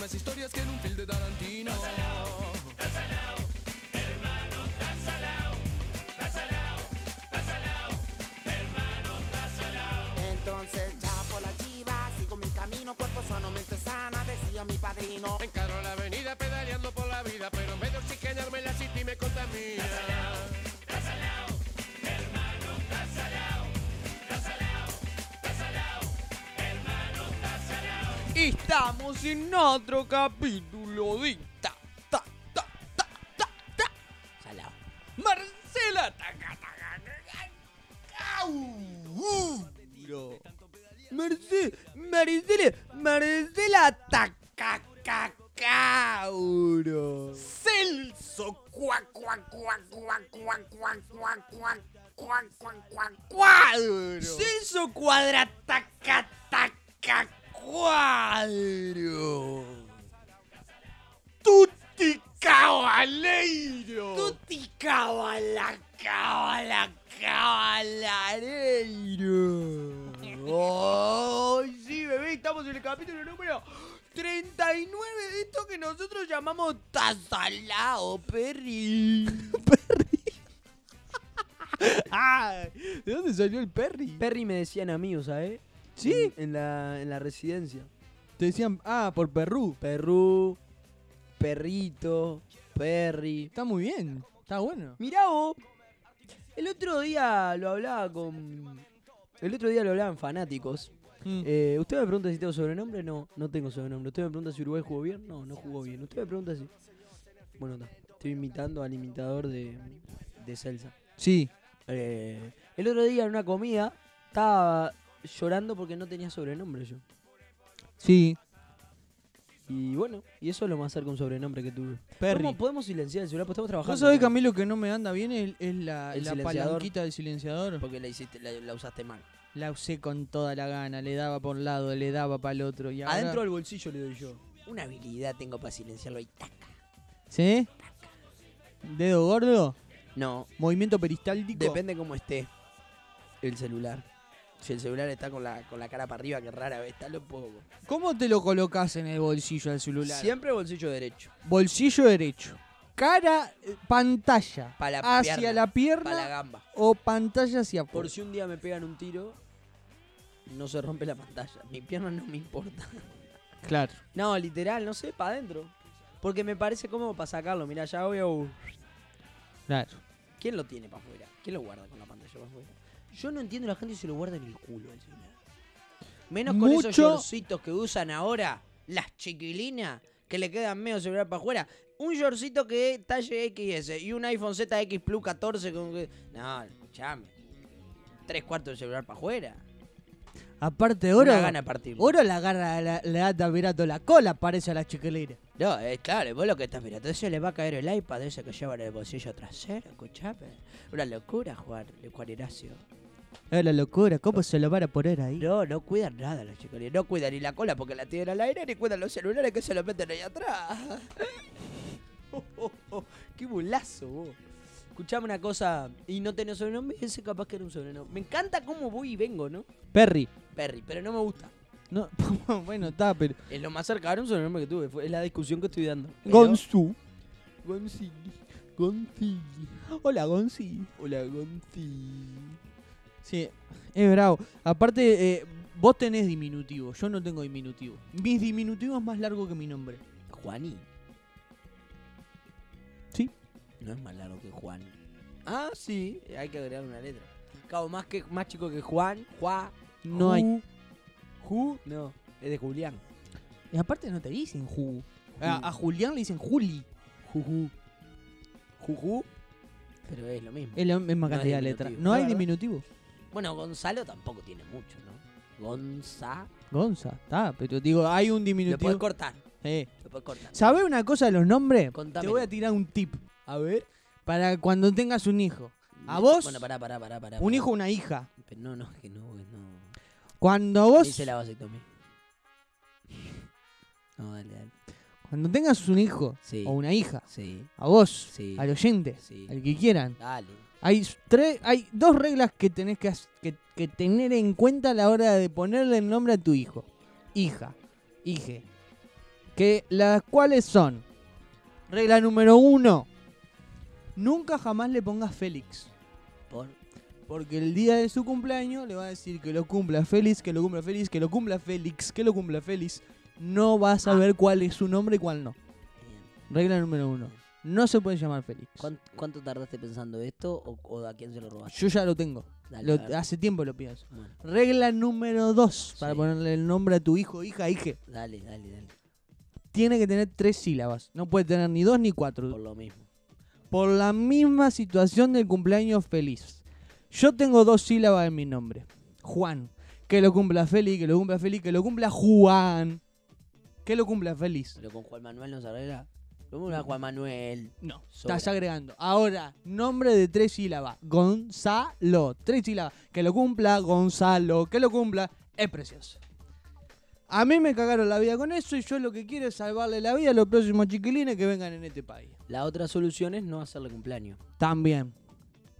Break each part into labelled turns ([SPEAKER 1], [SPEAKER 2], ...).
[SPEAKER 1] más historias que en un film de Tarantino.
[SPEAKER 2] Entonces ya por la chiva sigo mi camino, cuerpo sano, mente sana, decía mi padrino.
[SPEAKER 1] Encaro la avenida pedaleando por la vida, pero en vez de oxigenarme la city me contamina.
[SPEAKER 3] Estamos en otro capítulo de ta, ta, ta, ta, ta, ta. Salao. Marcela taca, taca, taca. uh. Au, bro. Marce, Marcela, Marcela taca, ca, cauro. Celso cuac, cuac, cuac, cuac, cuac, cuac, cuac, cuac, cuac, cuac, cuac, cuadro. Celso cuadra taca, taca, cuadro. Tutti cabaleiro. Tutti cabala, cabala, cabalareiro. Ay, Oh, sí, bebé, estamos en el capítulo número 39 de esto que nosotros llamamos Tazalao, Perry. Perry.
[SPEAKER 4] ¿De dónde salió el Perry?
[SPEAKER 3] Perry me decían amigos, ¿sabes?
[SPEAKER 4] ¿Sí?
[SPEAKER 3] En la, en la residencia.
[SPEAKER 4] Te decían, ah, por Perú.
[SPEAKER 3] Perú, perrito, Perry.
[SPEAKER 4] Está muy bien, está bueno.
[SPEAKER 3] Mirá vos, el otro día lo hablaba con... El otro día lo hablaban fanáticos.
[SPEAKER 4] Mm.
[SPEAKER 3] Eh, usted me pregunta si tengo sobrenombre, no, no tengo sobrenombre. Usted me pregunta si Uruguay jugó bien, no, no jugó bien. Usted me pregunta si... Bueno, está. Estoy imitando al imitador de, de Celsa.
[SPEAKER 4] Sí.
[SPEAKER 3] Eh, el otro día en una comida estaba llorando porque no tenía sobrenombre yo.
[SPEAKER 4] Sí.
[SPEAKER 3] Y bueno, y eso es lo más cerca de un sobrenombre que tuve.
[SPEAKER 4] Perry.
[SPEAKER 3] ¿Podemos, podemos silenciar el celular, pues estamos trabajando.
[SPEAKER 4] ¿Vos sabés que a mí lo que no me anda bien es, es la,
[SPEAKER 3] El
[SPEAKER 4] la
[SPEAKER 3] silenciador.
[SPEAKER 4] palanquita del silenciador?
[SPEAKER 3] Porque la, hiciste, la, la usaste mal.
[SPEAKER 4] La usé con toda la gana, le daba por un lado, le daba para el otro. Y ahora-
[SPEAKER 3] Adentro del bolsillo le doy yo. Una habilidad tengo para silenciarlo ahí. tac.
[SPEAKER 4] ¿Sí? ¿Dedo gordo?
[SPEAKER 3] No,
[SPEAKER 4] ¿Movimiento peristáltico?
[SPEAKER 3] depende cómo esté el celular. Si el celular está con la, con la cara para arriba, que rara vez está, lo pongo.
[SPEAKER 4] ¿Cómo te lo colocas en el bolsillo del celular?
[SPEAKER 3] Siempre bolsillo derecho.
[SPEAKER 4] Bolsillo derecho. Cara, eh, pantalla.
[SPEAKER 3] Pa' la
[SPEAKER 4] hacia
[SPEAKER 3] pierna,
[SPEAKER 4] la pierna
[SPEAKER 3] Para la gamba.
[SPEAKER 4] o pantalla hacia afuera.
[SPEAKER 3] Por si un día me pegan un tiro, no se rompe la pantalla. Mi pierna no me importa.
[SPEAKER 4] Claro.
[SPEAKER 3] No, literal, no sé, para adentro. Porque me parece cómodo para sacarlo. Mira, ya voy a. bu-
[SPEAKER 4] Claro.
[SPEAKER 3] ¿Quién lo tiene para afuera? ¿Quién lo guarda con la pantalla para afuera? Yo no entiendo la gente que se lo guarda en el culo el celular. Menos con esos
[SPEAKER 4] Mucho-
[SPEAKER 3] yorcitos que usan ahora, las chiquilinas, que le quedan medio celular para afuera. Un yorcito que es talle XS y un iPhone ZX Plus 14 con que. No, escuchame. Tres cuartos de celular para afuera.
[SPEAKER 4] Aparte,
[SPEAKER 3] Una
[SPEAKER 4] ahora,
[SPEAKER 3] gana partir.
[SPEAKER 4] ahora la agarra, la- le da tabirato la cola, parece a la chiquilera.
[SPEAKER 3] No, es claro, vos lo que estás mirando, se le va a caer el iPad ese que lleva en el bolsillo trasero, escuchame. Una locura, Juan, Juan Ignacio.
[SPEAKER 4] Es Ah, la locura, ¿cómo se lo van a poner ahí?
[SPEAKER 3] No, no cuidan nada los chicos, no cuidan ni la cola porque la tienen al aire, ni cuidan los celulares que se los meten ahí atrás. Oh, oh, oh, Qué bolazo, vos. Escuchame una cosa, y no tenés sobrenombre, ese capaz que era un sobrenombre. Me encanta cómo voy y vengo, ¿no?
[SPEAKER 4] Perry.
[SPEAKER 3] Perry, pero no me gusta.
[SPEAKER 4] No, bueno, está, pero.
[SPEAKER 3] Es lo más cercano a un sobrenombre que tuve, fue- es la discusión que estoy dando.
[SPEAKER 4] Gonzu. Gonzi. Gonzi. Hola, Gonzi. Hola, Gonzi. Sí, es bravo. Aparte, eh, vos tenés diminutivo, yo no tengo diminutivo. Mis diminutivos es más largo que mi nombre.
[SPEAKER 3] Juaní.
[SPEAKER 4] Sí.
[SPEAKER 3] No es más largo que Juan. Ah, sí, hay que agregar una letra. Cabo, más, que, más chico que Juan, Juá.
[SPEAKER 4] No hay.
[SPEAKER 3] Ju. Ju, no, es de Julián.
[SPEAKER 4] Y aparte no te dicen Ju. A, a Julián le dicen Juli. Juju.
[SPEAKER 3] Juju. Pero es lo mismo.
[SPEAKER 4] Es la misma
[SPEAKER 3] No hay
[SPEAKER 4] cantidad de letras.
[SPEAKER 3] diminutivo.
[SPEAKER 4] No hay
[SPEAKER 3] Claro.
[SPEAKER 4] diminutivo.
[SPEAKER 3] Bueno, Gonzalo tampoco tiene mucho, ¿no? Gonza.
[SPEAKER 4] Gonza, está, pero digo, hay un
[SPEAKER 3] Lo
[SPEAKER 4] diminutivo.
[SPEAKER 3] puedes cortar,
[SPEAKER 4] Eh.
[SPEAKER 3] lo puedes cortar.
[SPEAKER 4] ¿Sabés una cosa de los nombres?
[SPEAKER 3] Contame.
[SPEAKER 4] Te voy a tirar un tip
[SPEAKER 3] A ver.
[SPEAKER 4] para cuando tengas un hijo. ¿A vos?
[SPEAKER 3] Bueno, pará, pará, pará. pará
[SPEAKER 4] Un
[SPEAKER 3] pará.
[SPEAKER 4] hijo o una hija.
[SPEAKER 3] Pero No, no, es que no, güey, no.
[SPEAKER 4] Cuando vos,
[SPEAKER 3] Dice la vasectomía. No, dale, dale.
[SPEAKER 4] cuando tengas un hijo
[SPEAKER 3] Sí.
[SPEAKER 4] o una hija,
[SPEAKER 3] Sí,
[SPEAKER 4] a vos,
[SPEAKER 3] sí.
[SPEAKER 4] al oyente,
[SPEAKER 3] Sí.
[SPEAKER 4] al que quieran,
[SPEAKER 3] Dale.
[SPEAKER 4] hay s- tres, hay dos reglas que tenés que, hac- que, que tener en cuenta a la hora de ponerle el nombre a tu hijo, hija, hije. que las cuales son regla número uno nunca jamás le pongas Félix Por- porque el día de su cumpleaños le va a decir que lo cumpla Félix que lo cumpla Félix que lo cumpla Félix que lo cumpla Félix no va a
[SPEAKER 3] Ah.
[SPEAKER 4] saber cuál es su nombre y cuál no
[SPEAKER 3] Bien.
[SPEAKER 4] regla número uno no se puede llamar Félix
[SPEAKER 3] ¿Cuán- ¿Cuánto, tardaste pensando esto o, o a quién se lo robaste?
[SPEAKER 4] yo ya lo tengo
[SPEAKER 3] Dale,
[SPEAKER 4] Lo-
[SPEAKER 3] a ver.
[SPEAKER 4] hace tiempo lo pienso
[SPEAKER 3] Bueno,
[SPEAKER 4] regla número dos para
[SPEAKER 3] Sí.
[SPEAKER 4] ponerle el nombre a tu hijo hija hija
[SPEAKER 3] dale, dale, dale.
[SPEAKER 4] tiene que tener tres sílabas. No puede tener ni dos ni cuatro.
[SPEAKER 3] Por
[SPEAKER 4] Por,
[SPEAKER 3] lo mismo.
[SPEAKER 4] la misma situación del cumpleaños feliz. Yo tengo dos sílabas en mi nombre. Juan. Que lo cumpla feliz, que lo cumpla feliz, que lo cumpla Juan. Que lo cumpla feliz.
[SPEAKER 3] Pero con Juan Manuel no se arregla. Vamos a Juan Manuel.
[SPEAKER 4] No,
[SPEAKER 3] Sobra.
[SPEAKER 4] estás agregando. Ahora, nombre de tres sílabas. Gonzalo. Tres sílabas. Que lo cumpla Gonzalo. Que lo cumpla. Es precioso. A mí me cagaron la vida con eso y yo lo que quiero es salvarle la vida a los próximos chiquilines que vengan en este país.
[SPEAKER 3] La otra solución es no hacerle cumpleaños.
[SPEAKER 4] También.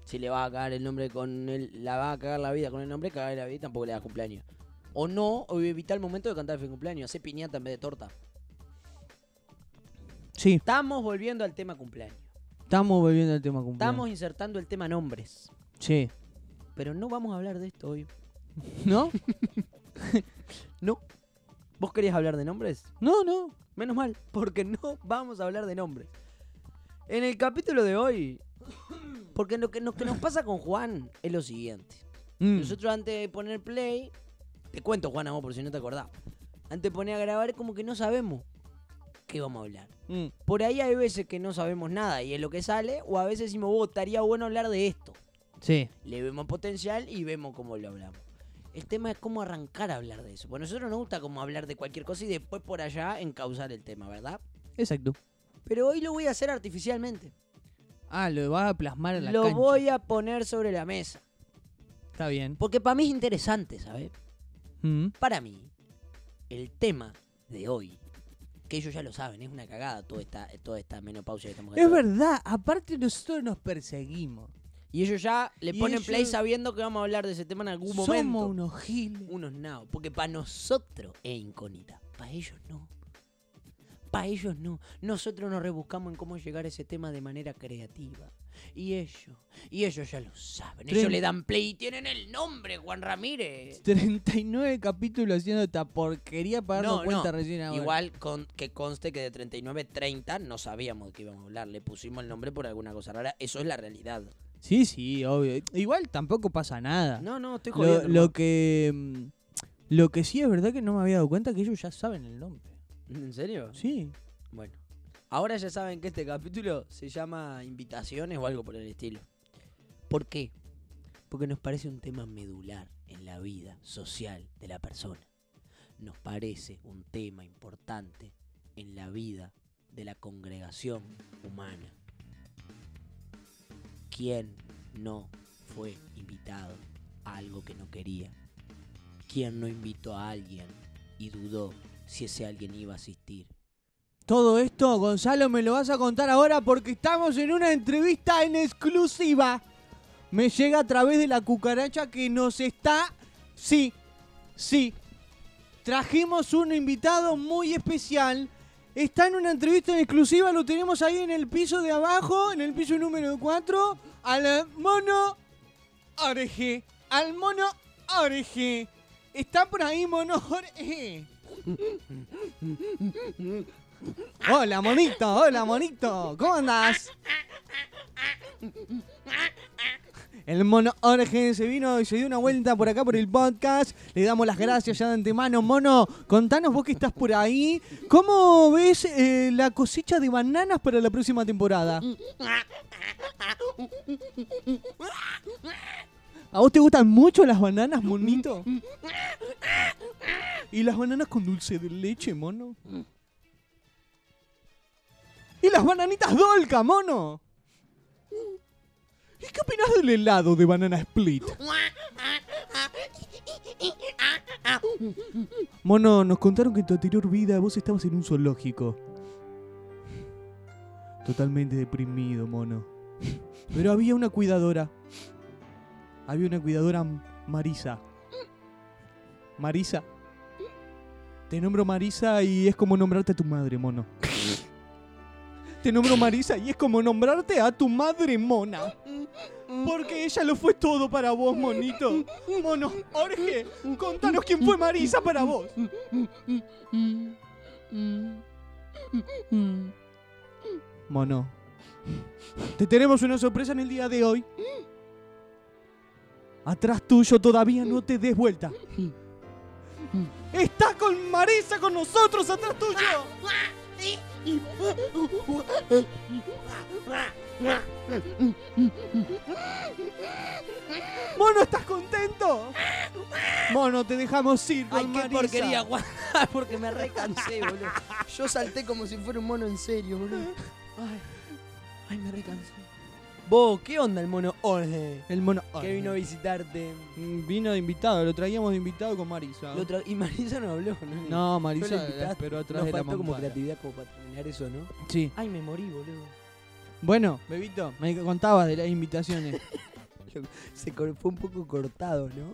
[SPEAKER 3] Si le va a cagar el nombre con el. La va a cagar la vida con el nombre, cagar la vida y tampoco le da cumpleaños. O no, o evita el momento de cantar el cumpleaños. Hace piñata en vez de torta.
[SPEAKER 4] Sí,
[SPEAKER 3] Estamos volviendo al tema cumpleaños.
[SPEAKER 4] estamos volviendo al tema cumpleaños.
[SPEAKER 3] Estamos insertando el tema nombres.
[SPEAKER 4] Sí.
[SPEAKER 3] Pero no vamos a hablar de esto hoy.
[SPEAKER 4] ¿No?
[SPEAKER 3] No. ¿Vos querías hablar de nombres?
[SPEAKER 4] No, no.
[SPEAKER 3] Menos mal, porque no vamos a hablar de nombres. En el capítulo de hoy, porque lo que, lo que nos pasa con Juan es lo siguiente.
[SPEAKER 4] Mm.
[SPEAKER 3] Nosotros antes de poner play, te cuento Juan, a vos por si no te acordás. Antes de poner a grabar como que no sabemos qué vamos a hablar.
[SPEAKER 4] Mm.
[SPEAKER 3] Por ahí hay veces que no sabemos nada y es lo que sale, o a veces decimos, vos, estaría bueno hablar de esto.
[SPEAKER 4] Sí.
[SPEAKER 3] Le vemos potencial y vemos cómo lo hablamos. El tema es cómo arrancar a hablar de eso. Porque a nosotros nos gusta como hablar de cualquier cosa y después por allá encauzar el tema, ¿verdad?
[SPEAKER 4] Exacto.
[SPEAKER 3] Pero hoy lo voy a hacer artificialmente.
[SPEAKER 4] Ah, lo vas a plasmar en la
[SPEAKER 3] Lo
[SPEAKER 4] cancha.
[SPEAKER 3] voy a poner sobre la mesa.
[SPEAKER 4] Está bien.
[SPEAKER 3] Porque para mí es interesante, ¿sabes?
[SPEAKER 4] Mm.
[SPEAKER 3] Para mí, el tema de hoy, que ellos ya lo saben, es una cagada toda esta, toda esta menopausia que estamos
[SPEAKER 4] Es
[SPEAKER 3] haciendo.
[SPEAKER 4] verdad. Aparte nosotros nos perseguimos.
[SPEAKER 3] Y ellos ya le
[SPEAKER 4] Y
[SPEAKER 3] ponen play
[SPEAKER 4] ellos-
[SPEAKER 3] sabiendo que vamos a hablar de ese tema en algún
[SPEAKER 4] Somos
[SPEAKER 3] momento.
[SPEAKER 4] unos giles.
[SPEAKER 3] Unos nao. Porque para nosotros es incógnita. Para ellos no. Para ellos no. Nosotros nos rebuscamos en cómo llegar a ese tema de manera creativa. Y ellos, y ellos ya lo saben. Ellos
[SPEAKER 4] Tren-
[SPEAKER 3] le dan play y tienen el nombre, Juan Ramírez.
[SPEAKER 4] 39 capítulos haciendo esta porquería para darnos
[SPEAKER 3] No,
[SPEAKER 4] cuenta
[SPEAKER 3] no.
[SPEAKER 4] recién ahora.
[SPEAKER 3] Igual con, que conste que de 39 30 no sabíamos de qué íbamos a hablar. Le pusimos el nombre por alguna cosa rara. Eso es la realidad.
[SPEAKER 4] Sí, sí, obvio. Igual tampoco pasa nada.
[SPEAKER 3] No, no, estoy
[SPEAKER 4] Ah. lo,
[SPEAKER 3] jodiendo.
[SPEAKER 4] lo que... mm, Lo que sí es verdad que no me había dado cuenta que ellos ya saben el nombre.
[SPEAKER 3] ¿En serio?
[SPEAKER 4] Sí.
[SPEAKER 3] Bueno, ahora ya saben que este capítulo se llama Invitaciones o algo por el estilo. ¿Por qué? Porque nos parece un tema medular en la vida social de la persona. Nos parece un tema importante en la vida de la congregación humana. ¿Quién no fue invitado a algo que no quería? ¿Quién no invitó a alguien y dudó si ese alguien iba a asistir?
[SPEAKER 4] Todo esto, Gonzalo, me lo vas a contar ahora porque estamos en una entrevista en exclusiva. Me llega a través de la cucaracha que nos está... Sí, sí. Trajimos un invitado muy especial. Está en una entrevista en exclusiva, lo tenemos ahí en el piso de abajo, en el piso número 4, al mono oreje. Al mono oreje. Está por ahí mono oreje. Hola, monito, hola, monito. ¿Cómo andás? El mono Orgen se vino y se dio una vuelta por acá por el podcast. Le damos las gracias ya de antemano. Mono, contanos vos que estás por ahí. ¿Cómo ves eh, la cosecha de bananas para la próxima temporada? ¿A vos te gustan mucho las bananas, monito? ¿Y las bananas con dulce de leche, mono? ¿Y las bananitas Dolca, mono? ¿Y qué opinás del helado de banana split? Mono, nos contaron que en tu anterior vida vos estabas en un zoológico. Totalmente deprimido, mono. Pero había una cuidadora. Había una cuidadora Marisa. Marisa. Te nombro Marisa y es como nombrarte a tu madre, mono. Te nombro Marisa y es como nombrarte a tu madre, mona. Porque ella lo fue todo para vos, monito. Mono, Jorge, contanos quién fue Marisa para vos. Mono, te tenemos una sorpresa en el día de hoy. Atrás tuyo todavía no te des vuelta. Está con Marisa con nosotros atrás tuyo. Mono, ¿estás contento? Mono, te dejamos ir con
[SPEAKER 3] Ay, qué
[SPEAKER 4] Marisa.
[SPEAKER 3] porquería, guau, porque me recansé, boludo. Yo salté como si fuera un mono en serio, boludo. Ay, ay me recansé. Vos, ¿qué onda el mono Orge?
[SPEAKER 4] El mono.
[SPEAKER 3] Que vino a visitarte.
[SPEAKER 4] Mm, Vino de invitado, lo traíamos de invitado con Marisa.
[SPEAKER 3] Lo tra- y Marisa no habló, ¿no?
[SPEAKER 4] No,
[SPEAKER 3] Fue
[SPEAKER 4] Marisa
[SPEAKER 3] la-
[SPEAKER 4] la esperó atrás
[SPEAKER 3] Nos
[SPEAKER 4] de la
[SPEAKER 3] faltó como
[SPEAKER 4] mampara.
[SPEAKER 3] creatividad como para terminar eso, ¿no?
[SPEAKER 4] Sí.
[SPEAKER 3] Ay, me morí, boludo.
[SPEAKER 4] Bueno, Bebito, me contabas de las invitaciones.
[SPEAKER 3] Se cor- fue un poco cortado, ¿no?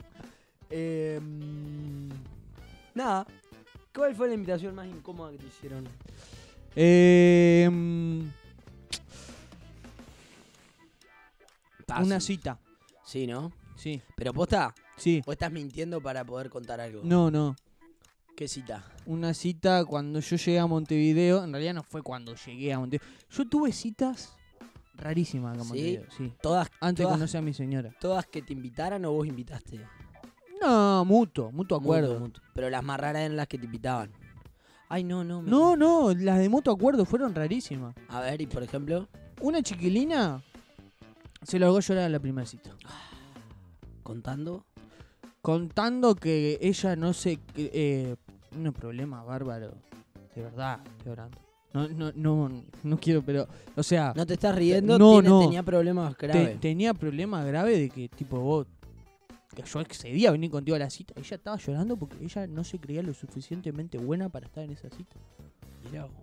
[SPEAKER 3] Eh, mm, nada. ¿Cuál fue la invitación más incómoda que te hicieron?
[SPEAKER 4] Eh, mm, una cita.
[SPEAKER 3] Sí, ¿no?
[SPEAKER 4] Sí,
[SPEAKER 3] Pero posta,
[SPEAKER 4] sí.
[SPEAKER 3] o estás mintiendo para poder contar algo.
[SPEAKER 4] No, no.
[SPEAKER 3] ¿Qué cita?
[SPEAKER 4] Una cita cuando yo llegué a Montevideo. En realidad no fue cuando llegué a Montevideo. Yo tuve citas rarísimas acá en
[SPEAKER 3] ¿Sí?
[SPEAKER 4] Montevideo. Sí.
[SPEAKER 3] Todas,
[SPEAKER 4] Antes de
[SPEAKER 3] Todas-
[SPEAKER 4] conocer a mi señora.
[SPEAKER 3] todas que te invitaran o vos invitaste.
[SPEAKER 4] No, mutuo, mutuo acuerdo.
[SPEAKER 3] Mutuo, mutuo. Pero las más raras eran las que te invitaban. Ay, no, no. me-
[SPEAKER 4] No, no, las de mutuo acuerdo fueron rarísimas.
[SPEAKER 3] A ver, y por ejemplo,
[SPEAKER 4] Una chiquilina se largó a llorar a la primera cita.
[SPEAKER 3] contando.
[SPEAKER 4] contando que ella no se... que, Eh, un problema bárbaro. De verdad, estoy hablando. No, no, no, no quiero, pero... O sea,
[SPEAKER 3] No te estás riendo,
[SPEAKER 4] Ah. No,
[SPEAKER 3] tiene-
[SPEAKER 4] no.
[SPEAKER 3] tenía problemas
[SPEAKER 4] te-
[SPEAKER 3] graves.
[SPEAKER 4] tenía problema grave de que, tipo, vos... Que yo excedía a venir contigo a la cita. Ella estaba llorando porque ella no se creía lo suficientemente buena para estar en esa cita.
[SPEAKER 3] Mirá vos.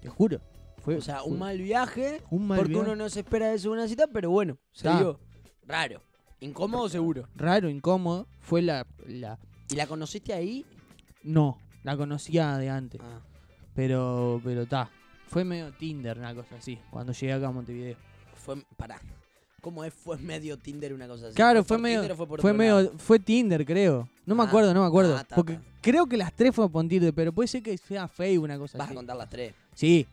[SPEAKER 4] Te juro. Fue,
[SPEAKER 3] O sea,
[SPEAKER 4] fue
[SPEAKER 3] un mal viaje,
[SPEAKER 4] un mal
[SPEAKER 3] porque
[SPEAKER 4] viaje.
[SPEAKER 3] uno no se espera eso de una cita, pero bueno, se
[SPEAKER 4] Ta.
[SPEAKER 3] dio. Raro. Incómodo seguro.
[SPEAKER 4] Raro, incómodo. Fue la, la...
[SPEAKER 3] ¿Y la conociste ahí?
[SPEAKER 4] No, la conocía de antes.
[SPEAKER 3] Ah.
[SPEAKER 4] Pero, pero ta. Fue medio Tinder, una cosa así, cuando llegué acá a Montevideo.
[SPEAKER 3] Fue, pará. ¿Cómo es? Fue medio Tinder una cosa así.
[SPEAKER 4] Claro,
[SPEAKER 3] por
[SPEAKER 4] fue medio-
[SPEAKER 3] Tinder o por
[SPEAKER 4] Fue
[SPEAKER 3] otro
[SPEAKER 4] medio,
[SPEAKER 3] lado?
[SPEAKER 4] fue Tinder, creo. No me
[SPEAKER 3] Ah,
[SPEAKER 4] acuerdo, no me acuerdo.
[SPEAKER 3] ah, ta,
[SPEAKER 4] porque
[SPEAKER 3] ta.
[SPEAKER 4] creo que las tres fue por Tinder, pero puede ser que sea Facebook una cosa
[SPEAKER 3] Vas a
[SPEAKER 4] así.
[SPEAKER 3] contar las tres.
[SPEAKER 4] Sí.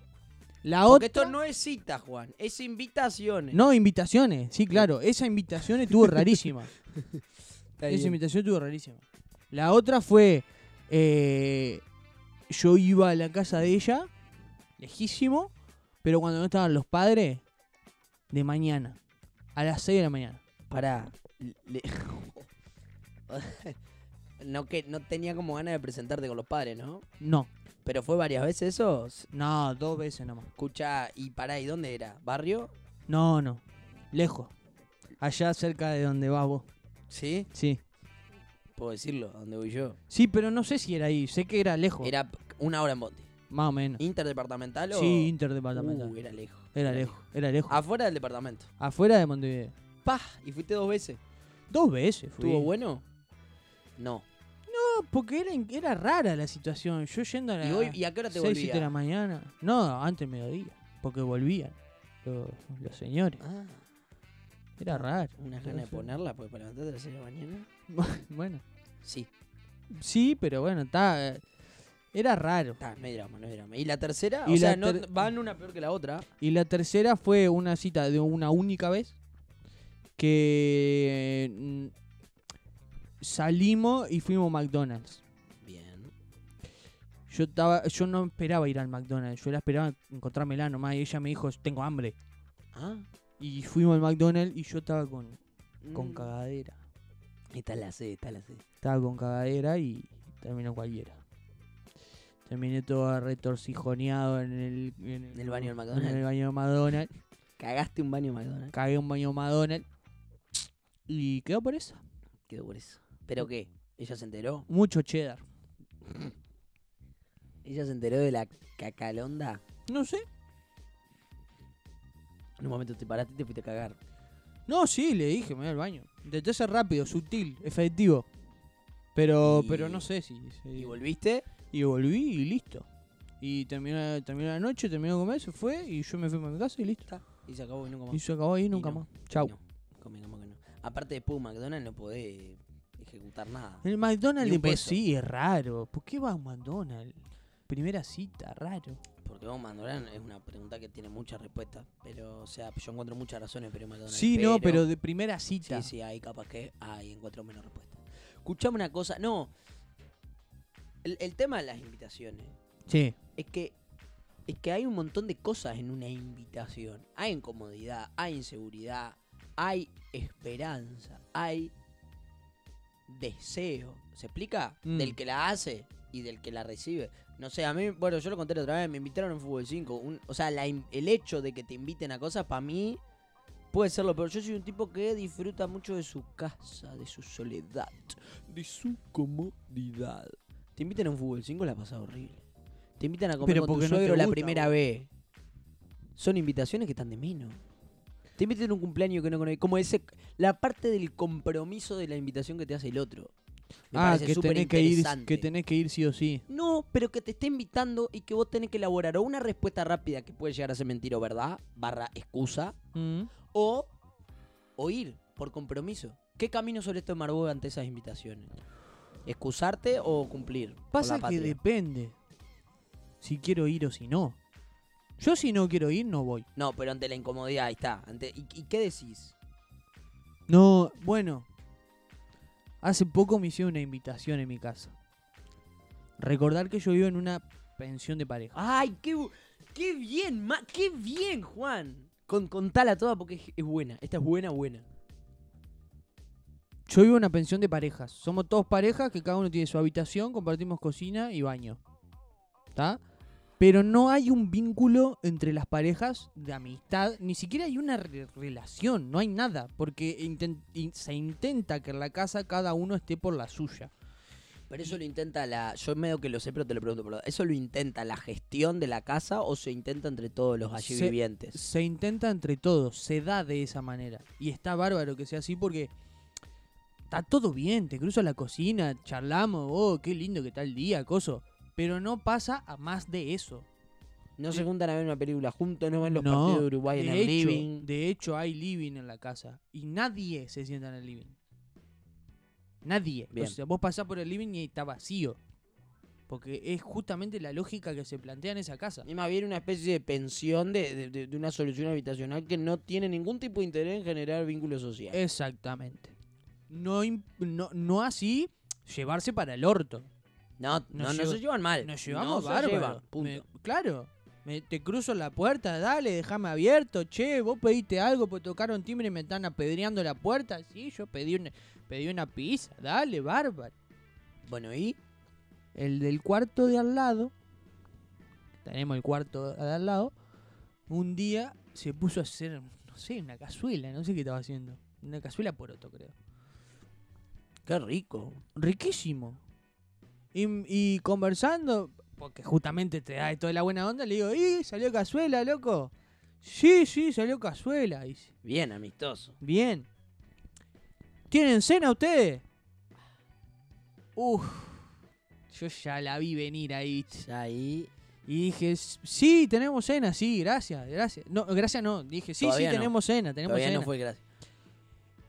[SPEAKER 4] La
[SPEAKER 3] Porque
[SPEAKER 4] otra.
[SPEAKER 3] esto no es cita, Juan. Es invitaciones.
[SPEAKER 4] No, invitaciones. Sí, claro. Esa invitación estuvo rarísima.
[SPEAKER 3] Está
[SPEAKER 4] Esa
[SPEAKER 3] bien.
[SPEAKER 4] invitación estuvo rarísima. La otra fue. eh, yo iba a la casa de ella, lejísimo, pero cuando no estaban los padres, de mañana. A las 6 de la mañana.
[SPEAKER 3] Pará. Le- no, que, no tenía como ganas de presentarte con los padres, ¿no?
[SPEAKER 4] No,
[SPEAKER 3] Pero fue varias veces eso.
[SPEAKER 4] no, dos veces nomás.
[SPEAKER 3] Escucha, y pará, ¿y dónde era? ¿Barrio?
[SPEAKER 4] No, no. Lejos. Allá cerca de donde vas vos.
[SPEAKER 3] ¿Sí?
[SPEAKER 4] Sí.
[SPEAKER 3] Puedo decirlo, ¿a dónde voy yo?
[SPEAKER 4] Sí, pero no sé si era ahí. Sé que era lejos.
[SPEAKER 3] Era una hora en bondi.
[SPEAKER 4] Más o menos.
[SPEAKER 3] ¿Interdepartamental o...?
[SPEAKER 4] Sí, interdepartamental.
[SPEAKER 3] Uh, era lejos.
[SPEAKER 4] era lejos. Era lejos.
[SPEAKER 3] Afuera del departamento.
[SPEAKER 4] Afuera de Montevideo.
[SPEAKER 3] ¡Pah! Y fuiste dos veces.
[SPEAKER 4] Dos veces fui.
[SPEAKER 3] ¿Estuvo bueno? No.
[SPEAKER 4] No, porque era, in- era rara la situación. Yo yendo a la...
[SPEAKER 3] ¿Y, hoy, ¿Y a qué hora te
[SPEAKER 4] seis, siete de la
[SPEAKER 3] volvías?
[SPEAKER 4] mañana. No, antes del mediodía. Porque volvían los, los señores.
[SPEAKER 3] Ah,
[SPEAKER 4] Era raro.
[SPEAKER 3] unas ganas de ponerla, pues para levantarte a las seis de la mañana.
[SPEAKER 4] Bueno.
[SPEAKER 3] Sí,
[SPEAKER 4] Sí, pero bueno, está... Era raro.
[SPEAKER 3] está, no hay drama, no hay drama. ¿Y la tercera?
[SPEAKER 4] Y
[SPEAKER 3] o sea,
[SPEAKER 4] la
[SPEAKER 3] no,
[SPEAKER 4] ter-
[SPEAKER 3] van una peor que la otra.
[SPEAKER 4] Y la tercera fue una cita de una única vez que mm, salimos y fuimos a McDonald's.
[SPEAKER 3] Bien.
[SPEAKER 4] Yo estaba, yo no esperaba ir al McDonald's, yo la esperaba encontrármela nomás y ella me dijo, tengo hambre.
[SPEAKER 3] Ah.
[SPEAKER 4] Y fuimos al McDonald's y yo estaba con, con
[SPEAKER 3] mm.
[SPEAKER 4] cagadera.
[SPEAKER 3] Está la C, está la C.
[SPEAKER 4] Estaba con cagadera y terminó cualquiera. Terminé todo retorcijoneado en el, en
[SPEAKER 3] En el baño del
[SPEAKER 4] en el
[SPEAKER 3] McDonald's.
[SPEAKER 4] baño de McDonald's.
[SPEAKER 3] Cagaste un baño McDonald's.
[SPEAKER 4] Cagué un baño de McDonald's. Y quedó por eso.
[SPEAKER 3] Quedó por eso.
[SPEAKER 4] Mm.
[SPEAKER 3] ¿Pero qué? ¿Ella se enteró?
[SPEAKER 4] Mucho cheddar.
[SPEAKER 3] ¿Ella se enteró de la cacalonda?
[SPEAKER 4] No sé.
[SPEAKER 3] En un momento te paraste y te fuiste a cagar.
[SPEAKER 4] No, sí, le dije, me voy al baño. Intenté ser rápido, sutil, efectivo. Pero,
[SPEAKER 3] Y-
[SPEAKER 4] pero no sé si. si-
[SPEAKER 3] ¿Y volviste?
[SPEAKER 4] Y volví y listo. Y terminó, terminó la noche, terminó de comer, se fue y yo me fui para mi casa y listo.
[SPEAKER 3] Y se acabó y nunca más.
[SPEAKER 4] Y se acabó ahí nunca
[SPEAKER 3] no,
[SPEAKER 4] más. Chau.
[SPEAKER 3] No, convengamos que no. Aparte después un McDonald's no podés ejecutar nada.
[SPEAKER 4] El McDonald's
[SPEAKER 3] Ni
[SPEAKER 4] de
[SPEAKER 3] un
[SPEAKER 4] por
[SPEAKER 3] peso.
[SPEAKER 4] sí es raro. ¿Por qué va a un McDonald's? Primera cita, raro.
[SPEAKER 3] Porque vos McDonald's es una pregunta que tiene muchas respuestas. Pero, o sea, yo encuentro muchas razones, pero McDonald's.
[SPEAKER 4] Sí, no, pero de primera cita.
[SPEAKER 3] Sí, sí, ahí capaz que ahí encuentro menos respuestas. Escuchame una cosa, no. El, el tema de las invitaciones
[SPEAKER 4] Sí.
[SPEAKER 3] es que es que hay un montón de cosas en una invitación. Hay incomodidad, hay inseguridad, hay esperanza, hay deseo. ¿Se explica?
[SPEAKER 4] Mm.
[SPEAKER 3] Del que la hace y del que la recibe. No sé, a mí, bueno, yo lo conté la otra vez, me invitaron en Fútbol 5. un- o sea, la in- el hecho de que te inviten a cosas, para mí, puede serlo. Pero yo soy un tipo que disfruta mucho de su casa, de su soledad, de su comodidad. Te invitan a un Fútbol 5, la pasado horrible. Te invitan a comer
[SPEAKER 4] Pero
[SPEAKER 3] con tu
[SPEAKER 4] porque no te
[SPEAKER 3] suegro la
[SPEAKER 4] gusta,
[SPEAKER 3] primera
[SPEAKER 4] vos.
[SPEAKER 3] vez. Son invitaciones que están de menos. Te invitan a un cumpleaños que no conoces. Como ese, la parte del compromiso de la invitación que te hace el otro. Me
[SPEAKER 4] ah,
[SPEAKER 3] parece
[SPEAKER 4] que tenés que, ir,
[SPEAKER 3] superinteresante.
[SPEAKER 4] que tenés que ir sí o sí.
[SPEAKER 3] No, pero que te esté invitando y que vos tenés que elaborar o una respuesta rápida que puede llegar a ser mentira o verdad, barra excusa,
[SPEAKER 4] Mm.
[SPEAKER 3] o, o ir por compromiso. ¿Qué camino suele tomar vos ante esas invitaciones? ¿Excusarte o cumplir? por la
[SPEAKER 4] Pasa que
[SPEAKER 3] patria?
[SPEAKER 4] depende. Si quiero ir o si no. Yo si no quiero ir, no voy.
[SPEAKER 3] No, pero ante la incomodidad, ahí está. Ante, ¿y, y qué decís?
[SPEAKER 4] No, bueno. Hace poco me hicieron una invitación en mi casa. Recordar que yo vivo en una pensión de pareja.
[SPEAKER 3] ¡Ay, qué, bu- qué bien, ma- qué bien, Juan! Con, contala toda porque es, es buena. Esta es buena, buena.
[SPEAKER 4] Yo vivo en una pensión de parejas. Somos todos parejas que cada uno tiene su habitación, compartimos cocina y baño. ¿Está? Pero no hay un vínculo entre las parejas de amistad, ni siquiera hay una re- relación, no hay nada, porque inten- in- se intenta que en la casa cada uno esté por la suya.
[SPEAKER 3] Pero eso lo intenta la. Yo medio que lo sé, pero te lo pregunto. Perdón. ¿Eso lo intenta la gestión de la casa o se intenta entre todos los allí
[SPEAKER 4] Se-
[SPEAKER 3] vivientes?
[SPEAKER 4] Se intenta entre todos, se da de esa manera. Y está bárbaro que sea así porque está todo bien, te cruzo a la cocina, charlamos, oh, qué lindo que está el día, coso. Pero no pasa a más de eso.
[SPEAKER 3] No se juntan a ver una película juntos, no ven los
[SPEAKER 4] No,
[SPEAKER 3] partidos de Uruguay en el
[SPEAKER 4] de hecho,
[SPEAKER 3] living.
[SPEAKER 4] De hecho, hay living en la casa. Y nadie se sienta en el living. Nadie.
[SPEAKER 3] Bien.
[SPEAKER 4] O sea, vos pasás por el living y está vacío. Porque es justamente la lógica que se plantea en esa casa.
[SPEAKER 3] Es más bien una especie de pensión de, de- de- de una solución habitacional que no tiene ningún tipo de interés en generar vínculo social.
[SPEAKER 4] Exactamente. No, im- no, no así llevarse para el orto.
[SPEAKER 3] no, no, no,
[SPEAKER 4] nos lleva-
[SPEAKER 3] se llevan mal.
[SPEAKER 4] Nos llevamos
[SPEAKER 3] no se
[SPEAKER 4] bárbaro.
[SPEAKER 3] llevan, punto.
[SPEAKER 4] Me- claro. Me- te cruzo la puerta, dale, déjame abierto. Che, vos pediste algo, pues tocaron timbre y me están apedreando la puerta. Sí, yo pedí una, pedí una pizza. Dale, bárbaro.
[SPEAKER 3] Bueno, y
[SPEAKER 4] El del cuarto de al lado, tenemos el cuarto de al lado, un día se puso a hacer, no sé, una cazuela, no sé qué estaba haciendo. Una cazuela poroto, creo.
[SPEAKER 3] qué rico.
[SPEAKER 4] riquísimo. Y, y conversando, porque justamente te da toda la buena onda, le digo, ¿y salió cazuela, loco? Sí, sí, salió cazuela. Dice,
[SPEAKER 3] Bien amistoso.
[SPEAKER 4] bien. ¿Tienen cena ustedes? Uf, yo ya la vi venir ahí, ¿viste?
[SPEAKER 3] Ya ahí
[SPEAKER 4] Y dije, sí, tenemos cena, sí, gracias, gracias. No, gracias no, dije, sí,
[SPEAKER 3] Todavía
[SPEAKER 4] sí,
[SPEAKER 3] no.
[SPEAKER 4] tenemos cena, tenemos
[SPEAKER 3] todavía
[SPEAKER 4] cena.
[SPEAKER 3] no fue gracia.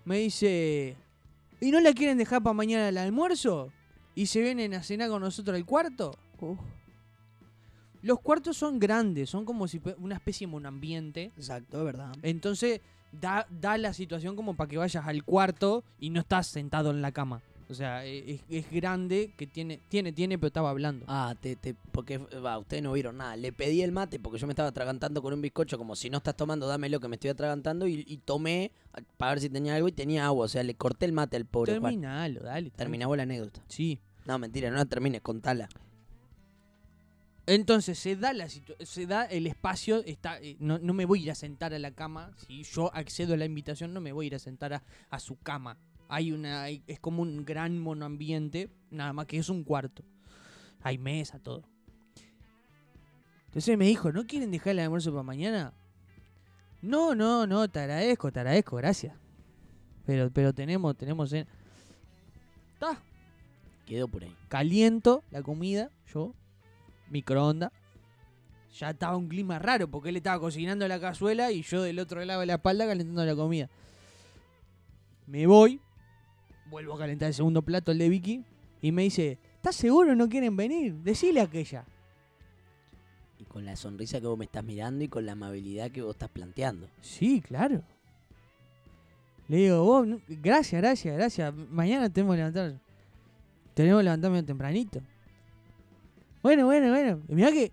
[SPEAKER 4] Me dice, ¿y no la quieren dejar para mañana el almuerzo? ¿Y se vienen a cenar con nosotros al cuarto? Los cuartos son grandes, son como si fue una especie de monoambiente.
[SPEAKER 3] Exacto, es verdad.
[SPEAKER 4] Entonces da, da la situación como para que vayas al cuarto y no estás sentado en la cama. O sea, e- es, es grande que tiene, tiene, tiene, pero estaba hablando.
[SPEAKER 3] Ah, te, te, porque va, ustedes no vieron nada. Le pedí el mate porque yo me estaba atragantando con un bizcocho, como si no estás tomando, dame lo que me estoy atragantando. Y, y tomé a- para ver si tenía algo y tenía agua. O sea, le corté el mate al pobre Juan.
[SPEAKER 4] Terminalo, dale. tranqui.
[SPEAKER 3] Terminamos la anécdota.
[SPEAKER 4] Sí.
[SPEAKER 3] No, mentira, no la termines, contala.
[SPEAKER 4] Entonces se da la situ- se da el espacio, está, eh, no, no me voy a ir a sentar a la cama, si yo accedo a la invitación no me voy a ir a sentar a, a su cama. Hay una hay- es como un gran monoambiente, nada más que es un cuarto. Hay mesa, todo. Entonces me dijo, ¿no quieren dejar el almuerzo para mañana? No, no, no, te agradezco, te agradezco, gracias. Pero, pero tenemos, tenemos cena. Está.
[SPEAKER 3] Quedó por ahí.
[SPEAKER 4] Caliento la comida, yo, microondas. Ya estaba un clima raro porque él estaba cocinando la cazuela y yo del otro lado de la espalda calentando la comida. Me voy, vuelvo a calentar el segundo plato, el de Vicky, y me dice, ¿estás seguro no quieren venir? Decile a aquella.
[SPEAKER 3] Y con la sonrisa que vos me estás mirando y con la amabilidad que vos estás planteando.
[SPEAKER 4] Sí, claro. Le digo, vos, no- gracias, gracias, gracias. Mañana tenemos que levantar. Tenemos que levantarme tempranito. Bueno, bueno, bueno. Y mirá que